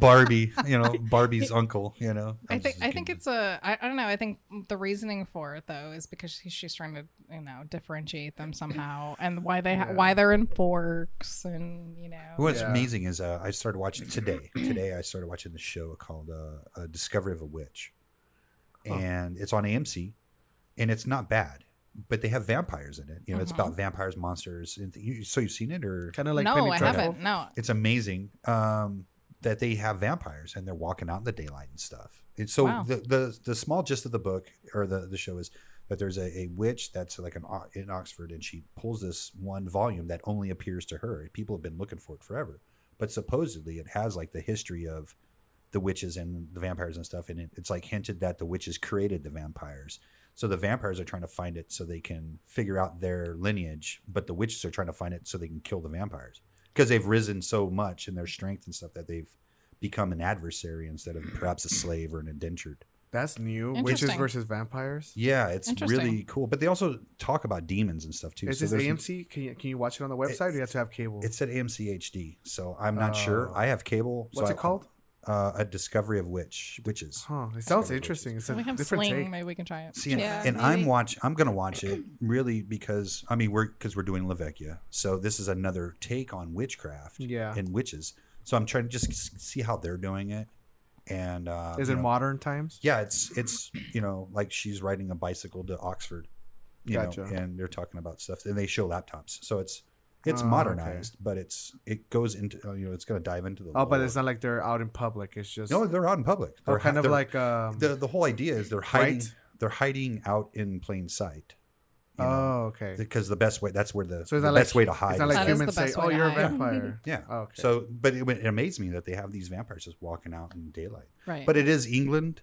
S2: Barbie. You
S5: <laughs>
S2: know, Barbie's uncle. You know.
S5: I
S2: I'm
S5: think
S2: just
S5: I think
S2: kidding.
S5: it's a I, I don't know I think the reasoning for it though is because she, she's trying to you know differentiate them somehow and why they ha-
S4: Yeah.
S5: why they're in forks and you know
S2: What's
S4: Yeah.
S2: amazing is uh, I started watching today. Today I started watching the show called uh, uh, "Discovery of a Witch,"
S4: Huh.
S2: and it's on AMC, and it's not bad. But they have vampires in it. You know, it's
S5: Mhm.
S2: about vampires, monsters, and th- you, so you've seen it, or
S4: Kind of like
S5: no
S4: Penny
S5: I
S4: Dreadful.
S5: haven't no
S2: it's amazing um, that they have vampires and they're walking out in the daylight and stuff. And so
S5: Wow.
S2: the, the the small gist of the book or the the show is that there's a, a witch that's like an O- in Oxford and she pulls this one volume that only appears to her. People have been looking for it forever, but supposedly it has like the history of the witches and the vampires and stuff. And it, it's like hinted that the witches created the vampires. So the vampires are trying to find it so they can figure out their lineage, but the witches are trying to find it so they can kill the vampires because they've risen so much in their strength and stuff that they've become an adversary instead of perhaps a slave or an indentured.
S4: That's new. Witches
S5: Interesting.
S4: versus vampires.
S2: Yeah, it's
S5: Interesting.
S2: really cool. But they also talk about demons and stuff too.
S4: Is
S2: So
S4: this
S2: there's-
S4: AMC? Can you, can you watch it on the website? or you have to have cable.
S2: It said AMC HD, so I'm not sure.
S4: Oh.
S2: I have cable. so
S4: What's
S2: I-
S4: it called?
S2: Uh, a Discovery of Witch Witches.
S4: Huh. It
S2: Discovery
S4: sounds
S2: of
S4: interesting. It's a
S5: we have
S4: different
S5: sling
S4: take.
S5: maybe we can try it
S2: See, and,
S3: Yeah,
S2: and I'm
S3: maybe.
S2: watch. I'm gonna watch it really because I mean we're because we're doing Lavecchia, so this is another take on witchcraft
S4: Yeah.
S2: and witches. So I'm trying to just s- see how they're doing it, and uh,
S4: Is
S2: you
S4: it
S2: know,
S4: modern times?
S2: yeah, it's it's you know like she's riding a bicycle to Oxford, you
S4: Gotcha.
S2: know, and they're talking about stuff, and they show laptops, so it's it's
S4: Oh, okay.
S2: modernized, but it's it goes into uh, you know it's gonna dive into the
S4: Oh, but
S2: lore.
S4: it's not like they're out in public. It's just
S2: no they're out in public
S4: Oh,
S2: they're hi-
S4: kind of
S2: they're-
S4: like um,
S2: the the whole idea is they're hiding
S4: Right?
S2: they're hiding out in plain sight. you know,
S4: oh, okay.
S2: because the best way that's where the,
S4: So it's
S2: the
S4: not
S2: best
S4: like-
S2: way to hide
S4: It's not
S2: is
S4: like
S5: That is
S2: to-
S5: the
S4: humans say,
S5: best
S4: "Oh,
S5: way to
S4: you're a
S5: hide.
S2: <laughs>
S4: vampire."
S2: yeah
S4: Oh, okay.
S2: so but it, it amazed me that they have these vampires just walking out in daylight
S5: right
S2: but it is england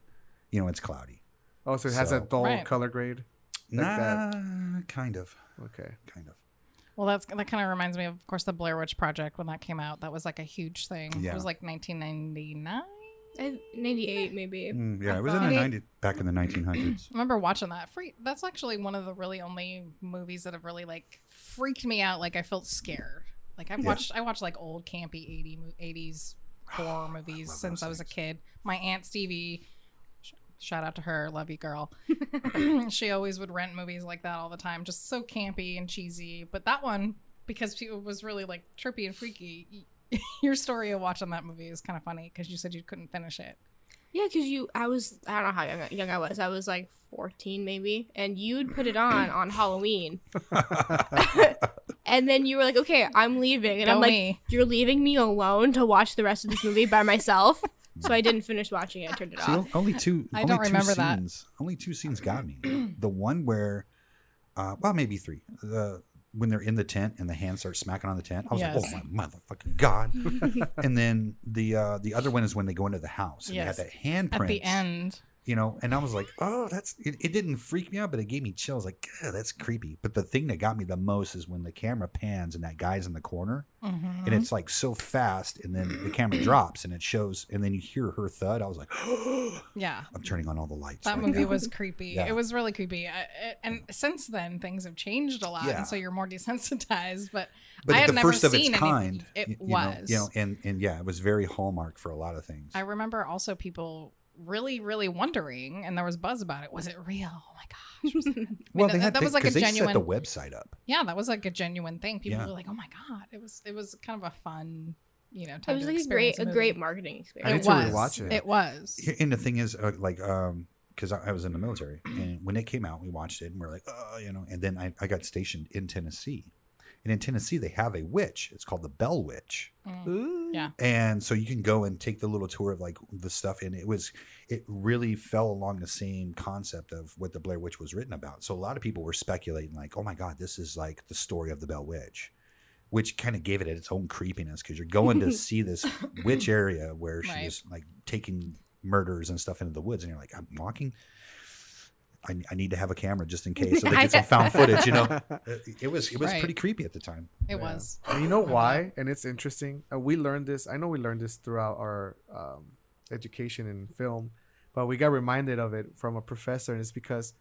S2: you know it's cloudy
S4: oh, so it has
S2: So-
S4: a dull
S5: Right.
S4: color grade.
S2: nah
S4: Like that.
S2: kind of
S4: Okay.
S2: kind of
S5: well that's that kind of reminds me of of course the Blair Witch Project when that came out that was like a huge thing
S2: Yeah.
S5: it was like 1999
S3: I- 98, maybe.
S2: Mm, yeah
S5: I
S2: it was in the
S5: thought-
S2: 90 back in the 1900s
S5: <coughs> I remember watching that free that's actually one of the really only movies that have really like freaked me out like i felt scared like i
S2: Yeah.
S5: watched i watched like old campy 80 mo- 80s
S2: <sighs>
S5: horror movies
S2: love
S5: since
S2: those
S5: i was a
S2: things.
S5: kid my aunt stevie sh- shout out to her love
S2: <laughs>
S5: you girl <clears throat> she always would rent movies like that all the time just so campy and cheesy but that one because it was really like trippy and freaky y- <laughs> your story of watching that movie is kind of funny because you said you couldn't finish it
S3: Yeah, because you, I was, I don't know how young, young I was. I was like 14, maybe. And you'd put it on on Halloween. and then you were like, okay, I'm leaving. And
S5: Go
S3: I'm like,
S5: me.
S3: you're leaving me alone to watch the rest of this movie by myself. so I didn't finish watching it. I turned it
S2: See,
S3: off.
S2: on- only two.
S5: I
S2: only
S5: don't
S2: two
S5: remember that.
S2: scenes, that. Only two scenes got me. The one where, uh, well, maybe three. The when they're in the tent and the hands start smacking on the tent. I was like,
S5: Yes.
S2: oh my motherfucking god! and then the uh, the other one is when they go into the house and
S5: Yes.
S2: they have that handprint
S5: at the end
S2: you know and i was like oh that's it, it didn't freak me out but it gave me chills like "Ugh, that's creepy but the thing that got me the most is when the camera pans and that guy's in the corner
S5: Mhm.
S2: and it's like so fast and then the camera drops and it shows and then you hear her thud i was like <gasps>
S5: yeah.
S2: i'm turning on all the lights
S5: That
S2: right
S5: movie
S2: now.
S5: was creepy.
S2: Yeah.
S5: It was really creepy. I, I- and since then, things have changed a lot,
S2: Yeah.
S5: and so you're more <laughs> desensitized. But
S2: but
S5: I
S2: it's
S5: had
S2: the
S5: never
S2: first of its
S5: seen any-
S2: kind
S5: it
S2: y- you know-
S5: was.
S2: you know and and yeah it was very hallmark for a lot of things
S5: I remember also people really, really wondering, and there was buzz about it. Was it real? Oh my gosh! was it-
S2: well
S5: that-
S2: they had
S5: that
S2: to-
S5: was like a
S2: 'cause they set the
S5: genuine-
S2: website up
S5: yeah, that was like a genuine thing. People
S2: Yeah.
S5: were like, "Oh my god!" It was. It was kind of a fun, you know,
S3: It
S5: time
S3: was
S5: to
S3: like a
S5: experience
S3: great, a great
S5: movie.
S3: marketing
S4: I
S3: experience.
S4: need
S5: It
S4: to
S5: was.
S4: rewatch it.
S5: It was.
S2: Yeah, and the thing is uh, like um because I, I was in the military and when it came out we watched it and we are like oh you know and then I, I got stationed in tennessee and in tennessee they have a witch it's called the bell witch
S5: Mm.
S4: Ooh.
S5: Yeah.
S2: and so you can go and take the little tour of like the stuff and it was it really fell along the same concept of what the blair witch was written about so a lot of people were speculating like oh my god this is like the story of the bell witch which kind of gave it its own creepiness because you're going to see this
S5: <laughs>
S2: witch area where she's
S5: Right.
S2: like taking murders and stuff into the woods and you're like i'm walking i, I need to have a camera just in case
S5: <laughs>
S2: so they get some found footage you know
S4: <laughs>
S2: it, it was it was
S5: Right.
S2: pretty creepy at the time
S5: It
S4: Yeah.
S5: was.
S4: And you know why? And it's interesting. Uh, we learned this. I know we learned this throughout our um, education in film, but we got reminded of it from a professor. And it's because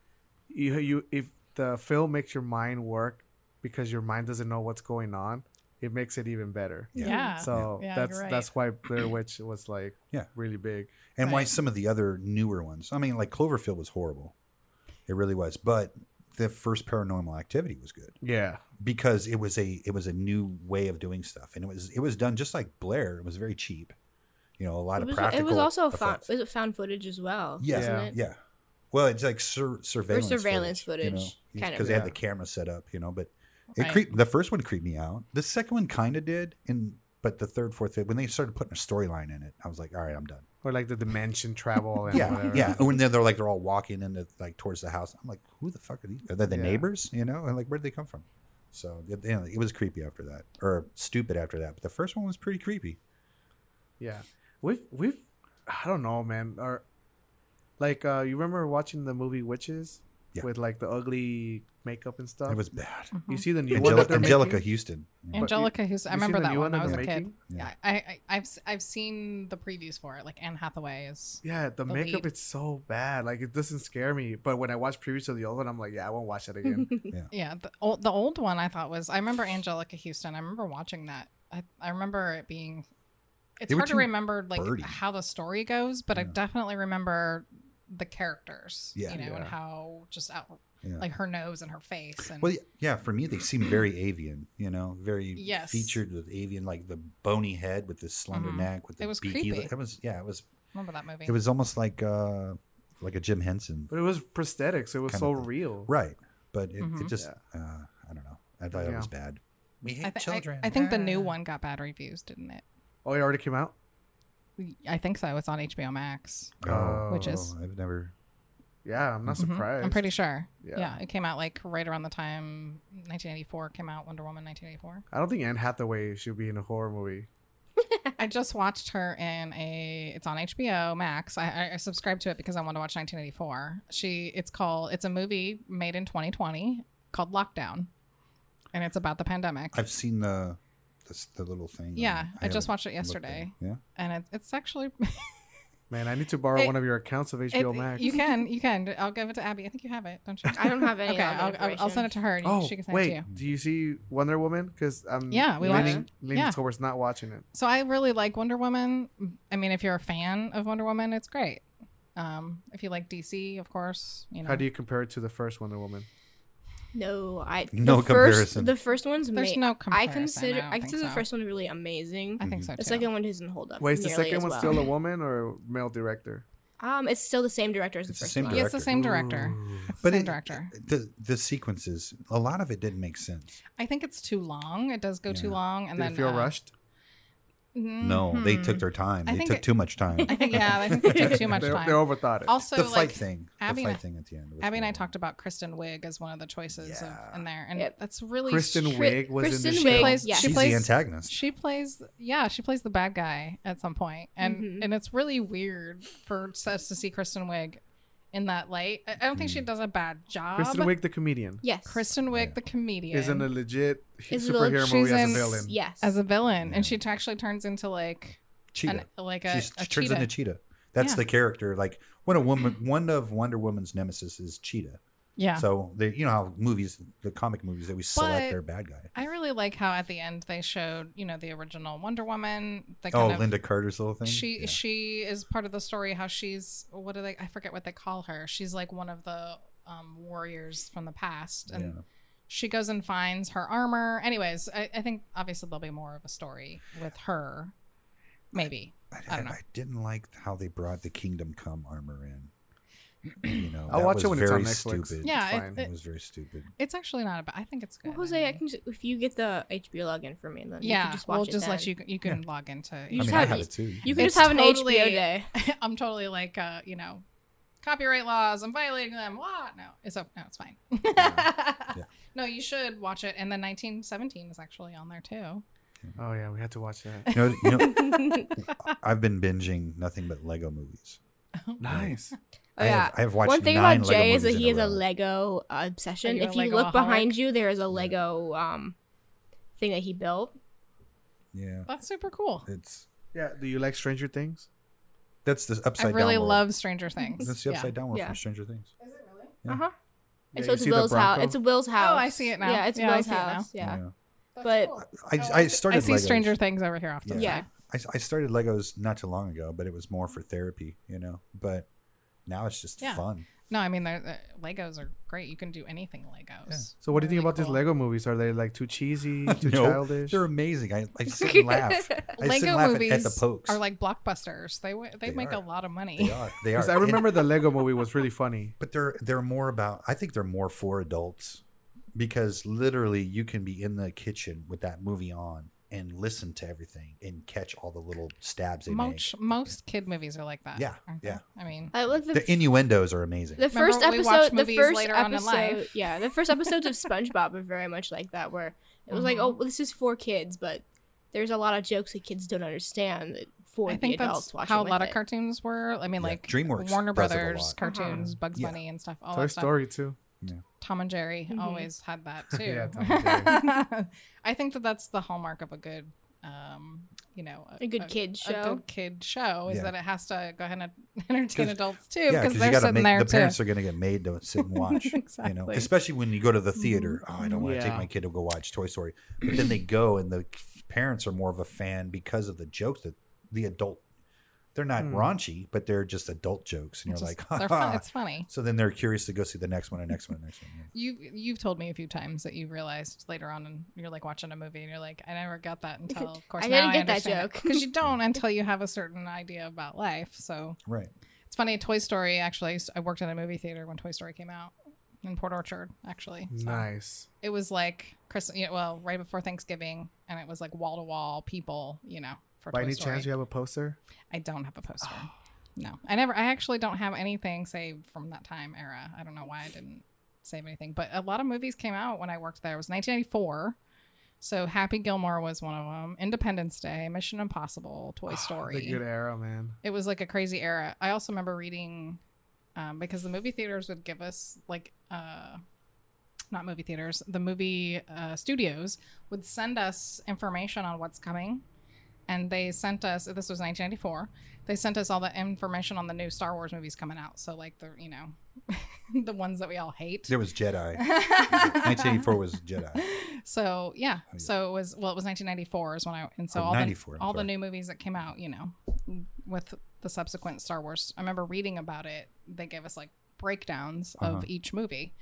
S4: you, you if the film makes your mind work because your mind doesn't know what's going on, it makes it even better.
S2: Yeah.
S5: Yeah.
S4: So
S5: Yeah,
S4: that's
S5: you're right.
S4: that's why
S5: <clears throat>
S4: Blair Witch was like
S2: Yeah.
S4: really big.
S2: and why
S5: Right.
S2: some of the other newer ones. I mean, like Cloverfield was horrible, it really was. But the first Paranormal Activity was good
S4: Yeah.
S2: because it was a it was a new way of doing stuff, and it was it was done just like Blair. It was very cheap, you know, a lot
S3: It
S2: of
S3: was, it
S2: practical.
S3: was also found,
S2: effects.
S3: was it found footage as well.
S2: Yeah.
S3: wasn't
S4: Yeah.
S3: it?
S2: yeah. Well, it's like sur- surveillance
S3: surveillance
S2: you
S3: footage,
S2: know,
S3: kind of.
S2: because they had
S4: Yeah.
S2: the camera set up, you know. But it
S5: Right.
S2: creeped. The first one creeped me out. The second one kind of did, and but the third, fourth, fifth, when they started putting a storyline in it, I was like, all right, I'm done.
S4: Or like the dimension travel and
S2: yeah,
S4: whatever.
S2: yeah. When they're, they're like they're all walking into like towards the house, I'm like, who the fuck are these? Are they the
S4: Yeah.
S2: neighbors? You know, and like where would they come from? So you know, it was creepy after that, or stupid after that. But the first one was pretty creepy.
S4: Yeah. We've we've I don't know, man. Or like uh you remember watching the movie Witches
S2: Yeah.
S4: with like the ugly makeup and stuff?
S2: It was bad.
S5: Mhm.
S4: you see the new one that
S2: Angelica,
S4: they're
S2: Angelica
S4: making?
S2: Houston. Yeah.
S4: And-
S5: Angelica, who's I
S4: You seen
S5: remember
S4: the
S5: that
S4: new
S5: one.
S4: that
S5: I was a
S4: they're
S5: kid.
S4: making?
S5: Yeah.
S2: Yeah.
S5: I, I I've s- I've seen the previews for it. Like Anne Hathaway is.
S4: Yeah,
S5: The
S4: the makeup
S5: lead.
S4: it's so bad. Like it doesn't scare me. But when I watch previews of the old one, I'm like, yeah, I won't watch
S5: <laughs>
S4: that again.
S3: <laughs>
S5: Yeah, the old the old one I thought was I remember Angelica Houston. I remember watching that. I, I remember it being. It's
S2: They were
S5: hard to
S2: too
S5: remember like
S2: birdy.
S5: how the story goes, but I
S2: Yeah.
S5: definitely remember the characters.
S2: Yeah.
S5: you know, and
S4: Yeah.
S5: how just out
S2: Yeah.
S5: like her nose and her face and
S2: Well, y- yeah. For me, they seem very avian. You know, very
S5: Yes.
S2: featured with avian, like the bony head with the slender
S5: Mhm.
S2: neck with the
S5: It was
S2: beaky. li-
S5: creepy.
S2: It was yeah. It was
S5: remember that movie.
S2: it was almost like uh like a Jim Henson,
S4: But it was prosthetics. It was
S2: Kind
S4: so
S2: of-
S4: real.
S2: right? But it,
S5: Mhm.
S2: it just uh, I don't know. I thought it
S4: Yeah.
S2: was bad. We hate
S5: I, thi- I-
S2: children.
S5: I, think the new
S2: Ah.
S5: one got bad reviews, didn't it?
S4: Oh, it already came out?
S5: I think so. It's on HBO Max.
S2: Oh,
S5: Which is-
S2: I've never.
S4: Yeah, I'm not
S5: Mhm.
S4: surprised.
S5: I'm pretty sure.
S4: Yeah.
S5: Yeah. it came out like right around the time 1984 came out. Wonder Woman 1984.
S4: I don't think Anne Hathaway should be in a horror movie.
S5: <laughs> I just watched her in a. It's on HBO Max. I, I, I subscribed to it because I wanted to watch 1984. She. It's called. It's a movie made in 2020 called Lockdown, and it's about the pandemic.
S2: I've seen the the, the little thing. on
S5: yeah,
S2: it.
S5: I, just
S2: haven't
S5: watched it
S2: looked at
S5: yesterday,
S2: it. Yeah.
S5: and it, it's actually. <laughs>
S4: Man, I need to borrow
S5: It-
S4: one of your accounts of HBO
S5: it-
S4: Max.
S5: You can. You can. I'll give it to Abby. I think you have it, don't you?
S3: I don't have any.
S5: okay, I'll, I'll, I'll send it to her. And
S4: Oh,
S5: she can send it to
S4: wait.
S5: you.
S4: Do you see Wonder Woman? Because I'm
S5: Yeah, we
S3: watched
S4: leaning,
S5: it.
S4: leaning
S5: Yeah.
S4: towards not watching it.
S5: So I really like Wonder Woman. I mean, if you're a fan of Wonder Woman, it's great. Um, if you like DC, of course, you know.
S4: How do you compare it to the first Wonder Woman?
S3: No, I.
S2: No
S3: the
S2: comparison.
S3: First, the first one's.
S5: There's
S3: ma-
S5: no comparison.
S3: I consider. I,
S5: don't think
S3: consider the
S5: so.
S3: first one really amazing.
S5: I think so too.
S3: the second one Mm-hmm. doesn't hold up.
S4: Wait, is the
S3: nearly
S4: second
S3: as
S4: one
S3: well. <laughs>
S4: still a woman or male director?
S3: Um, it's still the same director as the
S2: It's the
S3: first
S2: same
S3: one.
S5: yeah, it's the
S2: director.
S5: same director. It's the
S2: But
S5: same
S2: it-
S5: director.
S2: The the sequences, a lot of it didn't make sense.
S5: I think it's too long. It does go too
S2: Yeah.
S5: long, and
S4: Did
S5: then
S4: it feel
S5: uh,
S4: rushed?
S2: No,
S3: Hmm.
S2: they took
S5: mhm.
S2: their time.
S5: I
S2: They
S5: think
S2: took
S5: it-
S2: too much <laughs> time.
S5: I think <laughs> yeah, I think they took
S4: <laughs>
S5: too much
S4: they,
S5: time.
S4: They overthought
S5: <laughs>
S4: it.
S5: also,
S2: the
S5: like
S2: fight thing.
S5: Abby
S2: the fight
S5: and I-
S2: thing at the end. was
S5: Abby and I
S2: horrible.
S5: talked about Kristen Wiig as one of the choices
S2: Yeah.
S5: of, in there, and
S3: Yep.
S5: that's really
S4: Kristen
S5: stri-
S4: Wiig was in the
S3: Kristen
S4: show.
S3: Wiig,
S5: Plays-
S3: yes.
S5: she
S2: She's
S5: plays-
S2: the antagonist.
S5: She plays, yeah, she plays the bad guy at some point, and
S3: Mhm.
S5: and it's really weird for us to see Kristen Wiig in that light. I, I don't think she
S2: Mm.
S5: does a bad job.
S4: Kristen Wiig, the comedian,
S3: Yes.
S5: Kristen Wiig,
S2: Yeah.
S5: the comedian,
S4: is in a legit h-
S3: Is it a-
S4: superhero
S5: she's
S4: movie as a
S5: in-
S4: villain.
S3: Yes.
S5: as a villain,
S2: Yeah.
S5: and she t- actually turns into like
S2: Cheetah.
S5: an, like a,
S2: She's-
S5: a
S2: she turns
S5: cheetah.
S2: into Cheetah. That's
S5: Yeah.
S2: the character. Like when a woman,
S5: <clears throat>
S2: one of Wonder Woman's nemesis is Cheetah.
S5: yeah.
S2: So they, you know how movies, the comic movies, they always select
S5: But-
S2: their bad guy.
S5: I really like how at the end they showed you know the original Wonder Woman. They
S2: Oh,
S5: kind of,
S2: Linda Carter's little thing.
S5: She
S2: Yeah.
S5: she is part of the story. How she's what do they? I forget what they call her. She's like one of the um, warriors from the past, and
S2: Yeah.
S5: she goes and finds her armor. Anyways, I, I think obviously there'll be more of a story with her. Maybe
S2: I,
S5: I don't
S2: I-
S5: know.
S2: I didn't like how they brought the Kingdom Come armor in. You know,
S4: I'll
S2: that
S4: watch
S2: was
S4: it when it's on
S2: very
S4: Netflix.
S2: Stupid.
S5: Yeah,
S4: it's
S5: it-
S4: fine.
S5: it-
S2: It was very stupid.
S5: it's actually not a bad. I think it's good.
S3: Well, Jose, I
S5: mean.
S3: can just, if you get the HBO login for me, then you
S5: yeah,
S3: can just watch
S5: we'll
S3: it
S5: just let
S3: then.
S5: you. You can log into.
S3: You
S2: I
S3: just
S2: mean, I
S3: have-
S2: have it too.
S3: You can
S5: It's
S3: just have an
S5: totally-
S3: HBO day.
S5: <laughs> I'm totally like, uh, you know, copyright laws. I'm violating them. What? No, it's okay. No, it's fine. <laughs>
S2: Yeah.
S5: No, you should watch it. And then 1917 is actually on there too.
S4: Oh yeah, we had to watch
S5: <laughs>
S4: that.
S2: You know, you know, I've been binging nothing but Lego movies.
S3: <laughs>
S4: Nice.
S3: Oh,
S2: I,
S3: yeah.
S2: have, I have watched
S3: One thing
S2: nine
S3: about
S2: Lego
S3: Jay is that
S2: movies in
S3: he has a
S2: row.
S3: Lego uh,
S5: Are
S3: obsession.
S5: you
S3: If
S5: a
S3: you look
S5: Legoaholic?
S3: behind you, there is a Lego um thing that he built.
S2: Yeah, <laughs>
S5: That's super cool.
S2: it's
S4: Yeah. Do you like Stranger Things?
S2: that's the upside
S5: I
S2: down.
S5: really
S2: world.
S5: love Stranger Things.
S2: That's the upside down one
S3: Yeah.
S2: from Stranger Things.
S5: Is it really?
S2: Yeah.
S3: Uh huh. And
S4: Yeah,
S3: so
S4: you
S3: it's
S4: see the
S3: Will's house.
S4: Bronco?
S3: It's Will's house.
S5: Oh, I see it now.
S3: Yeah, it's
S5: Yeah, I
S3: Will's
S5: see it now.
S3: house. Yeah. But-
S5: but
S2: I,
S5: Oh, I
S2: I
S5: see-
S2: started.
S5: I see
S2: Legos.
S5: Stranger Things over here often.
S3: Yeah.
S2: I, I started Legos not too long ago, but it was more for therapy, you know. But now it's just
S5: Yeah.
S2: fun.
S5: No, I mean, they're, uh, Legos are great. You can do anything Legos.
S4: So what do
S5: Really
S4: you think about these
S5: cool.
S4: Lego movies? Are they like too
S5: <laughs>
S4: cheesy, too
S2: No,
S4: childish?
S2: They're amazing. I, I
S3: <laughs>
S2: sit and laugh. I sit and
S5: Lego
S2: laugh at-
S5: movies
S2: at the pokes.
S5: are like blockbusters. They w- they,
S2: They
S5: make a
S2: are.
S5: lot of
S2: they
S5: money.
S2: are. They
S4: Because
S2: are.
S4: I
S2: And-
S5: <laughs>
S4: remember the Lego movie was really funny.
S2: but they're they're more about. I think they're more for adults because literally you can be in the kitchen with that movie on and listen to everything and catch all the little stabs they
S5: Most most kid movies are like that.
S2: Yeah,
S5: aren't they?
S2: yeah.
S5: I mean,
S3: I like
S2: make.
S3: Uh, the,
S2: The innuendos are amazing.
S3: the first
S5: Remember we watched
S3: episode. The
S5: movies
S3: first
S5: later on in
S3: episode.
S5: life?
S3: Yeah, the first
S5: <laughs>
S3: episodes of SpongeBob were very much like that, where it was like,
S5: Mhm.
S3: oh, well, this is for kids, but there's a lot of jokes that kids don't understand that for
S5: I think
S3: the adults
S5: that's
S3: watching.
S5: how a
S3: with
S5: lot
S3: it.
S5: of cartoons were. I mean,
S2: Yeah,
S5: like
S2: DreamWorks
S5: Warner
S2: does it a
S5: Brothers
S2: lot.
S5: cartoons, Bugs
S2: Yeah.
S5: Bunny and stuff. All
S4: Toy
S5: that stuff.
S4: Story too.
S5: Tom and Jerry
S3: Mhm.
S5: always had that too.
S4: Yeah, Tom and
S5: <laughs> I think that that's the hallmark of a good, um, you know,
S3: a good kid
S5: a
S3: show.
S5: good kid show is
S2: Yeah.
S5: that it has to go ahead and <laughs> entertain
S2: 'Cause-
S5: adults too
S2: Yeah,
S5: because
S2: because you
S5: they're
S2: got to make
S5: sitting there
S2: the parents
S5: too.
S2: are going to get made to sit and
S5: <laughs>
S2: watch. you know
S5: Exactly. Mm-hmm.
S2: especially when you go to the theater oh i don't want to
S4: Yeah.
S2: take my kid to go watch toy story but then they go and the parents are more of a fan because of the jokes that the adult they're not
S4: Hmm.
S2: raunchy but they're just adult jokes and you're
S5: It's
S2: like <laughs>
S5: just-
S2: ha
S5: they're fun.
S2: ha.
S5: It's funny.
S2: so then they're curious to go see the next one and next one and next one yeah.
S5: You you've told me a few times that you realized later on, and you're like watching a movie, and you're like, I never got that until, of course,
S3: I
S5: now
S3: didn't get that joke.
S5: because you don't until you have a certain idea about life. So
S2: right
S5: it's funny. Toy Story actually, I used- I worked in a movie theater when Toy Story came out in Port Orchard. Actually, So
S4: Nice.
S5: it was like Chris, you know, well, right before Thanksgiving, and it was like wall to wall people, you know, for
S4: By
S5: Toy
S4: any
S5: Story.
S4: chance, you have a poster?
S5: I don't have a poster. no, I never. I actually don't have anything saved from that time era. I don't know why I didn't save anything, but a lot of movies came out when I worked there. It was 1994, so Happy Gilmore was one of them. Independence Day, Mission Impossible, <gasps> Toy Story.
S4: Ah, the good era, man.
S5: It was like a crazy era. I also remember reading um, because the movie theaters would give us like uh, not movie theaters, the movie uh, studios would send us information on what's coming. And they sent us. This was 1994. They sent us all the information on the new Star Wars movies coming out. So like the you know, <laughs> the ones that we all hate.
S2: there was jedi
S5: <laughs>
S2: 1984 was jedi
S5: So yeah.
S2: Oh, yeah.
S5: So it was well, it was 1994 is when I and so
S2: Oh,
S5: all the
S2: 94, I'm
S5: all the
S2: sorry.
S5: new movies that came out, you know, with the subsequent Star Wars. I remember reading about it. They gave us like breakdowns
S2: Uh-huh.
S5: of each movie.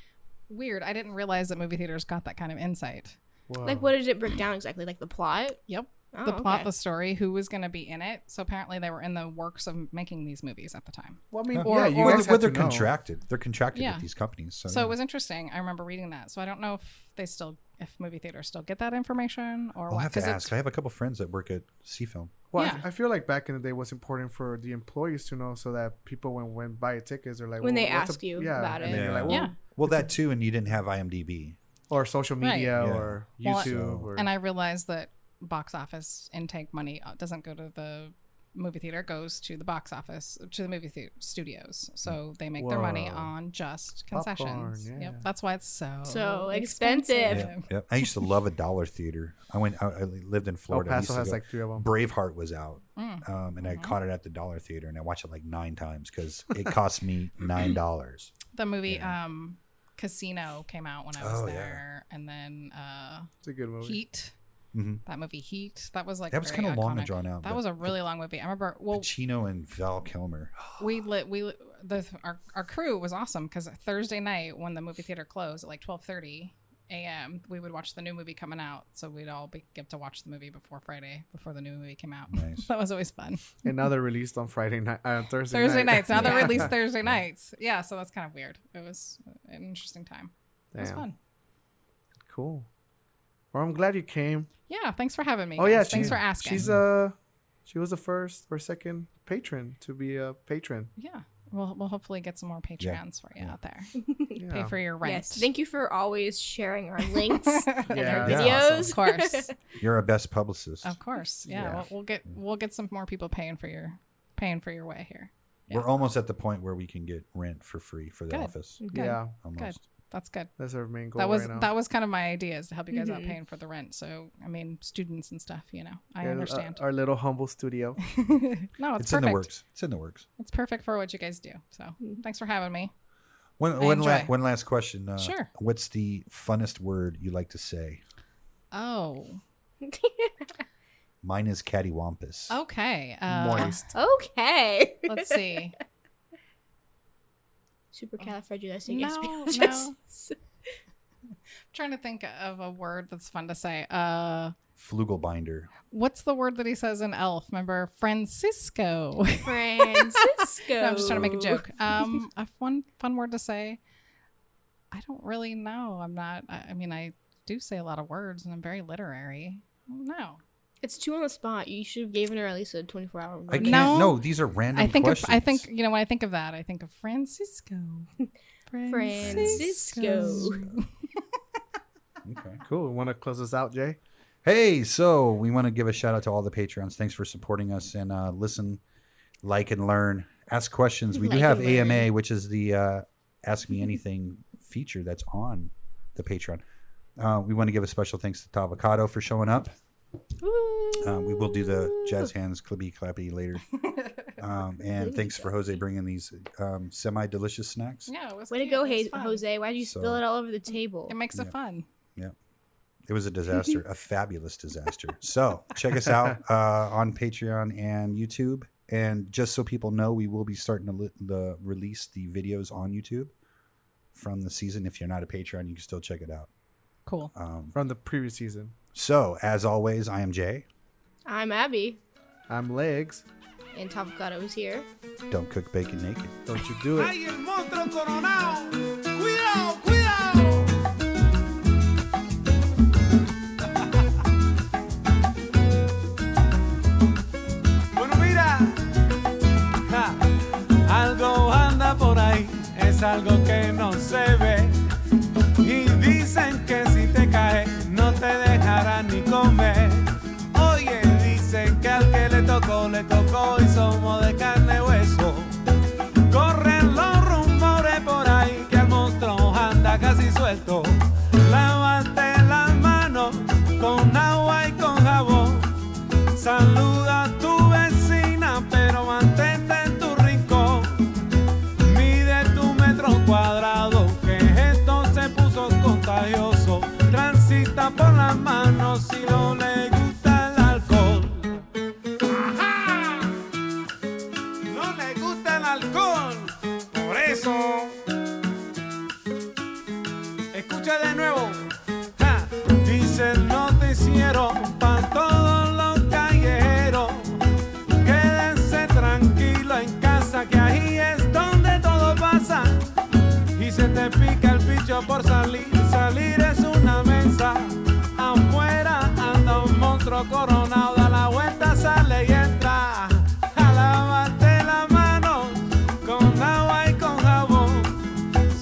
S5: Weird. I didn't realize that movie theaters got that kind of insight.
S4: Whoa.
S3: Like, what did it break down exactly? Like the plot.
S5: Yep.
S3: Oh,
S5: Oh. the plot,
S3: okay.
S5: the story, who was going to be in it. So apparently they were in the works of making these movies at the time.
S4: Well, I mean,
S5: Or-
S4: yeah,
S5: or-
S4: you guys
S2: well,
S4: have
S2: well, they're
S4: to know.
S2: contracted they're contracted
S5: Yeah.
S2: with these companies so,
S5: So, it was interesting. I remember reading that. So I don't know if they still if movie theaters still get that information or
S2: i'll
S5: what.
S2: have to
S5: 'cause it-
S2: ask i have a couple friends that work at c film
S4: Well, I-
S5: Yeah.
S4: I feel like back in the day, it was important for the employees to know so that people when when buy tickets, they're like
S3: When they
S4: "Well, what's
S3: ask you
S4: yeah,
S3: about
S4: and
S3: it.
S4: then you're like, well,
S5: Yeah.
S2: well that too and you didn't have imdb
S4: or social
S5: Right.
S4: media
S2: Yeah.
S4: or
S5: Well,
S2: So-
S4: YouTube or
S5: and I realized that box office intake money uh, doesn't go to the movie theater goes to the box office to the movie thea- studios.
S2: Mm.
S5: So they make their money
S4: Whoa.
S5: on just
S4: Popcorn,
S5: concessions.
S4: yeah.
S5: Yep, that's why it's so
S3: So
S2: Yeah, yeah. I used to love a dollar theater. I went. I, I lived in
S4: El
S2: Florida. I used
S4: Paso
S2: to
S4: has
S2: go-
S4: like three of them.
S2: Braveheart was out,
S5: Mm.
S2: um, and
S5: Mhm.
S2: I caught it at the dollar theater, and I watched it like nine times because it cost me nine dollars.
S5: The movie
S2: Yeah.
S5: um, Casino came out when I was
S2: Oh, yeah.
S5: there, and then uh,
S4: It's a good movie.
S5: Heat.
S2: hmm
S5: That movie Heat. That was like
S2: that was
S5: very
S2: kind of long and
S5: iconic.
S2: drawn out.
S5: That
S2: but
S5: was a really long movie. I remember. <laughs> Well,
S2: Pacino and Val Kilmer.
S5: we lit we lit, the our, our crew was awesome because thursday night when the movie theater closed at like 12.30 a.m we would watch the new movie coming out so we'd all be, get to watch the movie before friday before the new movie came out
S2: Nice.
S5: <laughs> that was always fun
S4: And now they're released on Friday night, uh, Thursday.
S5: thursday
S4: night.
S5: nights now they're
S2: Yeah.
S5: released thursday nights yeah so that's kind of weird it was an interesting time it was
S4: Damn.
S5: fun
S4: Cool. Well, I'm glad you came.
S5: yeah thanks for having me
S4: Oh, yeah,
S5: guys. thanks
S4: she's-
S5: for asking
S4: She's uh, she was the first or second patron to be a
S5: <laughs>
S4: patron.
S5: yeah We'll, we'll hopefully get some more Patreons for you
S2: Yeah.
S5: out
S4: <laughs>
S5: there.
S4: Yeah.
S5: Pay for your rent.
S3: Yes. Thank you for always sharing
S5: <laughs>
S3: our links and
S4: Yeah.
S2: Yeah.
S3: our videos.
S5: Awesome. Of course.
S2: You're our best publicist.
S5: Of course, yeah.
S4: Yeah.
S5: We'll, we'll get we'll get some more people paying for your paying for your way here. yeah.
S2: We're almost at the point where we can get rent for free for the
S5: Good.
S2: office.
S5: Good.
S4: Yeah,
S2: Almost.
S5: that's good.
S4: that's our main goal.
S5: That was
S4: right now.
S5: that was kind of my idea is to help you guys out
S3: Mhm.
S5: paying for the rent. So I mean, students and stuff. You know, I
S4: Yeah, uh,
S5: understand. <laughs>
S4: Our little humble studio. <laughs>
S5: no, it's,
S2: It's
S5: perfect.
S2: in the works. It's in the works.
S5: It's perfect for what you guys do. So
S3: Mhm.
S5: thanks for having me.
S2: One,
S5: I
S2: one, la-
S5: enjoy.
S2: one last question. Uh,
S5: Sure.
S2: What's the funnest word you like to say?
S5: Oh,
S2: Mine is cattywampus.
S5: okay. Uh,
S4: Moist.
S3: <laughs> okay. <laughs>
S5: Let's see.
S3: Supercalifragilisticexpialidocious.
S5: <laughs> trying to think of a word that's fun to say. Uh,
S2: Flugelbinder.
S5: what's the word that he says in Elf? Remember Francisco.
S3: <laughs> Francisco.
S5: <laughs> No, I'm just trying to make a joke.
S2: <laughs>
S5: Um, a fun fun word to say. I don't really know. I'm not. I, I mean, I do say a lot of words, and I'm very literary. No,
S3: It's two on the spot. You should have given her at least a 24 hour
S2: I
S3: notice.
S2: can't.
S5: No.
S2: No, these are random
S5: I think. Of,
S2: questions.
S5: I think you know when I think of that, I think of
S2: <laughs>
S5: Francisco.
S3: Francisco.
S2: Okay.
S4: Cool. Want to close us out, Jay?
S2: Hey, so we want to give a shout out to all the Patreons. Thanks for supporting us and uh, listen, like, and learn. Ask questions. We do
S3: Like
S2: have
S3: and learn.
S2: AMA, which is the uh, Ask Me Anything feature that's on the Patreon. Uh, we want to give a special thanks to Tavocado for showing up. Um, we will do the jazz hands clippy clappy
S3: <laughs>
S2: later. Um, and thanks for Jose bringing these um, semi delicious snacks.
S5: Yeah, it was
S3: Way to
S5: cute.
S3: go,
S5: It was
S3: Hey-
S5: fun.
S3: Jose. Why did you spill
S2: So-
S3: it all over the table?
S5: It makes it
S2: Yeah.
S5: fun.
S2: It was a disaster, a fabulous disaster. So check us out uh, on Patreon and YouTube. And just so people know, we will be starting to li- the release the videos on YouTube from the season. If you're not a Patreon, you can still check it out.
S5: Cool.
S2: Um,
S4: From the previous season.
S2: so as always, I am Jay.
S3: I'm Abby,
S4: I'm legs.
S3: and Tavocado is here.
S2: Don't cook bacon naked.
S4: Don't you do it.
S6: ¡Ay, el monstruo coronado! ¡Cuidado, cuidado! <laughs> bueno, mira. Ja, Algo anda por ahí, es algo que no se ve. Y dicen que si te caes, no te dejarán ni comer. Oye, dicen que al que le tocó, le tocó y somos de carne y hueso. Corren los rumores por ahí que el monstruo anda casi suelto. Lávate las manos con agua y con jabón. Saluda a tu vecina, pero mantente en tu rincón. Mide tu metro cuadrado, que esto se puso contagioso. Transita por las manos si no le gusta el alcohol. no le gusta el alcohol. Por eso. Escucha de nuevo. Ja. Dice el noticiero pa' todos los callejeros. Quédense tranquilo en casa que ahí es donde todo pasa. Y se te pica el bicho por salir, salir es una mesa. Afuera anda un monstruo coronado, da la vuelta, sale y entra. Alávate la mano con agua y con jabón.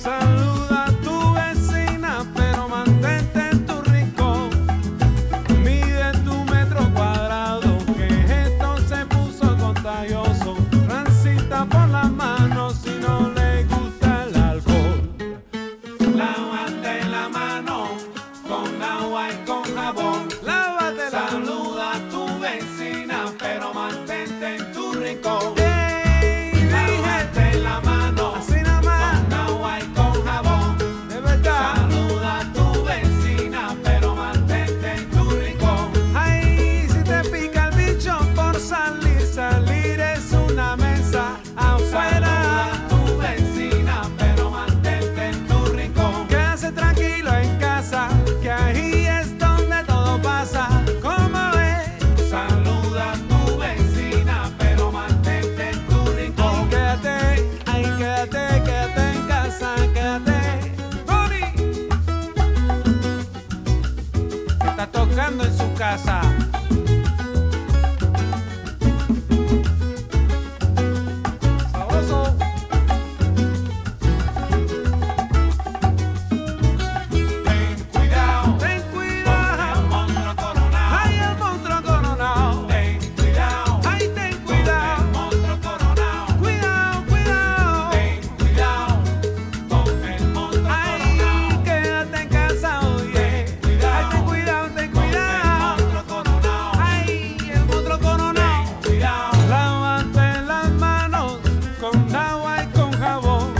S6: Saluda a tu vecina, pero mantente en tu rincón. Mide tu metro cuadrado, que esto se puso contagioso rico. Bájate la mano, así nada más. Con agua y con jabón. De verdad. Saluda a tu vecina, pero mantente en tu rincón. Ay, si te pica el bicho por salir, salir es una mesa afuera. Saluda a tu vecina, pero mantente en tu rincón. Quédase tranquilo en casa, que ahí es donde todo pasa. ¿Cómo es? Saluda a tu vecina, pero mantente en tu rincón. Quédate, ay, quédate, quédate en casa, quédate. Tony, que está tocando en su casa. Sabroso. Ten cuidado, ten cuidado. monstruo coronado. Ay, el monstruo coronado. Ten cuidado, ay, ten cuidado. monstruo coronado. Cuidado, cuidado. Ten cuidado con el monstruo coronado. Ay, quédate en casa, oye. Ten cuidado, ay, ten cuidado, ten cuidado. el monstruo coronado. Ay, el monstruo coronado. Ten cuidado. Lávate las manos con agua y con jabón.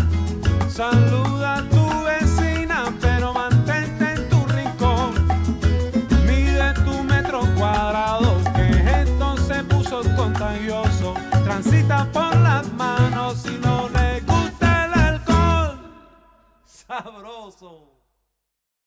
S6: Saluda a tu vecina, pero mantente en tu rincón. Mide tu metro cuadrado, que esto se puso contagioso. Transita por las manos si no le gusta el alcohol. Sabroso.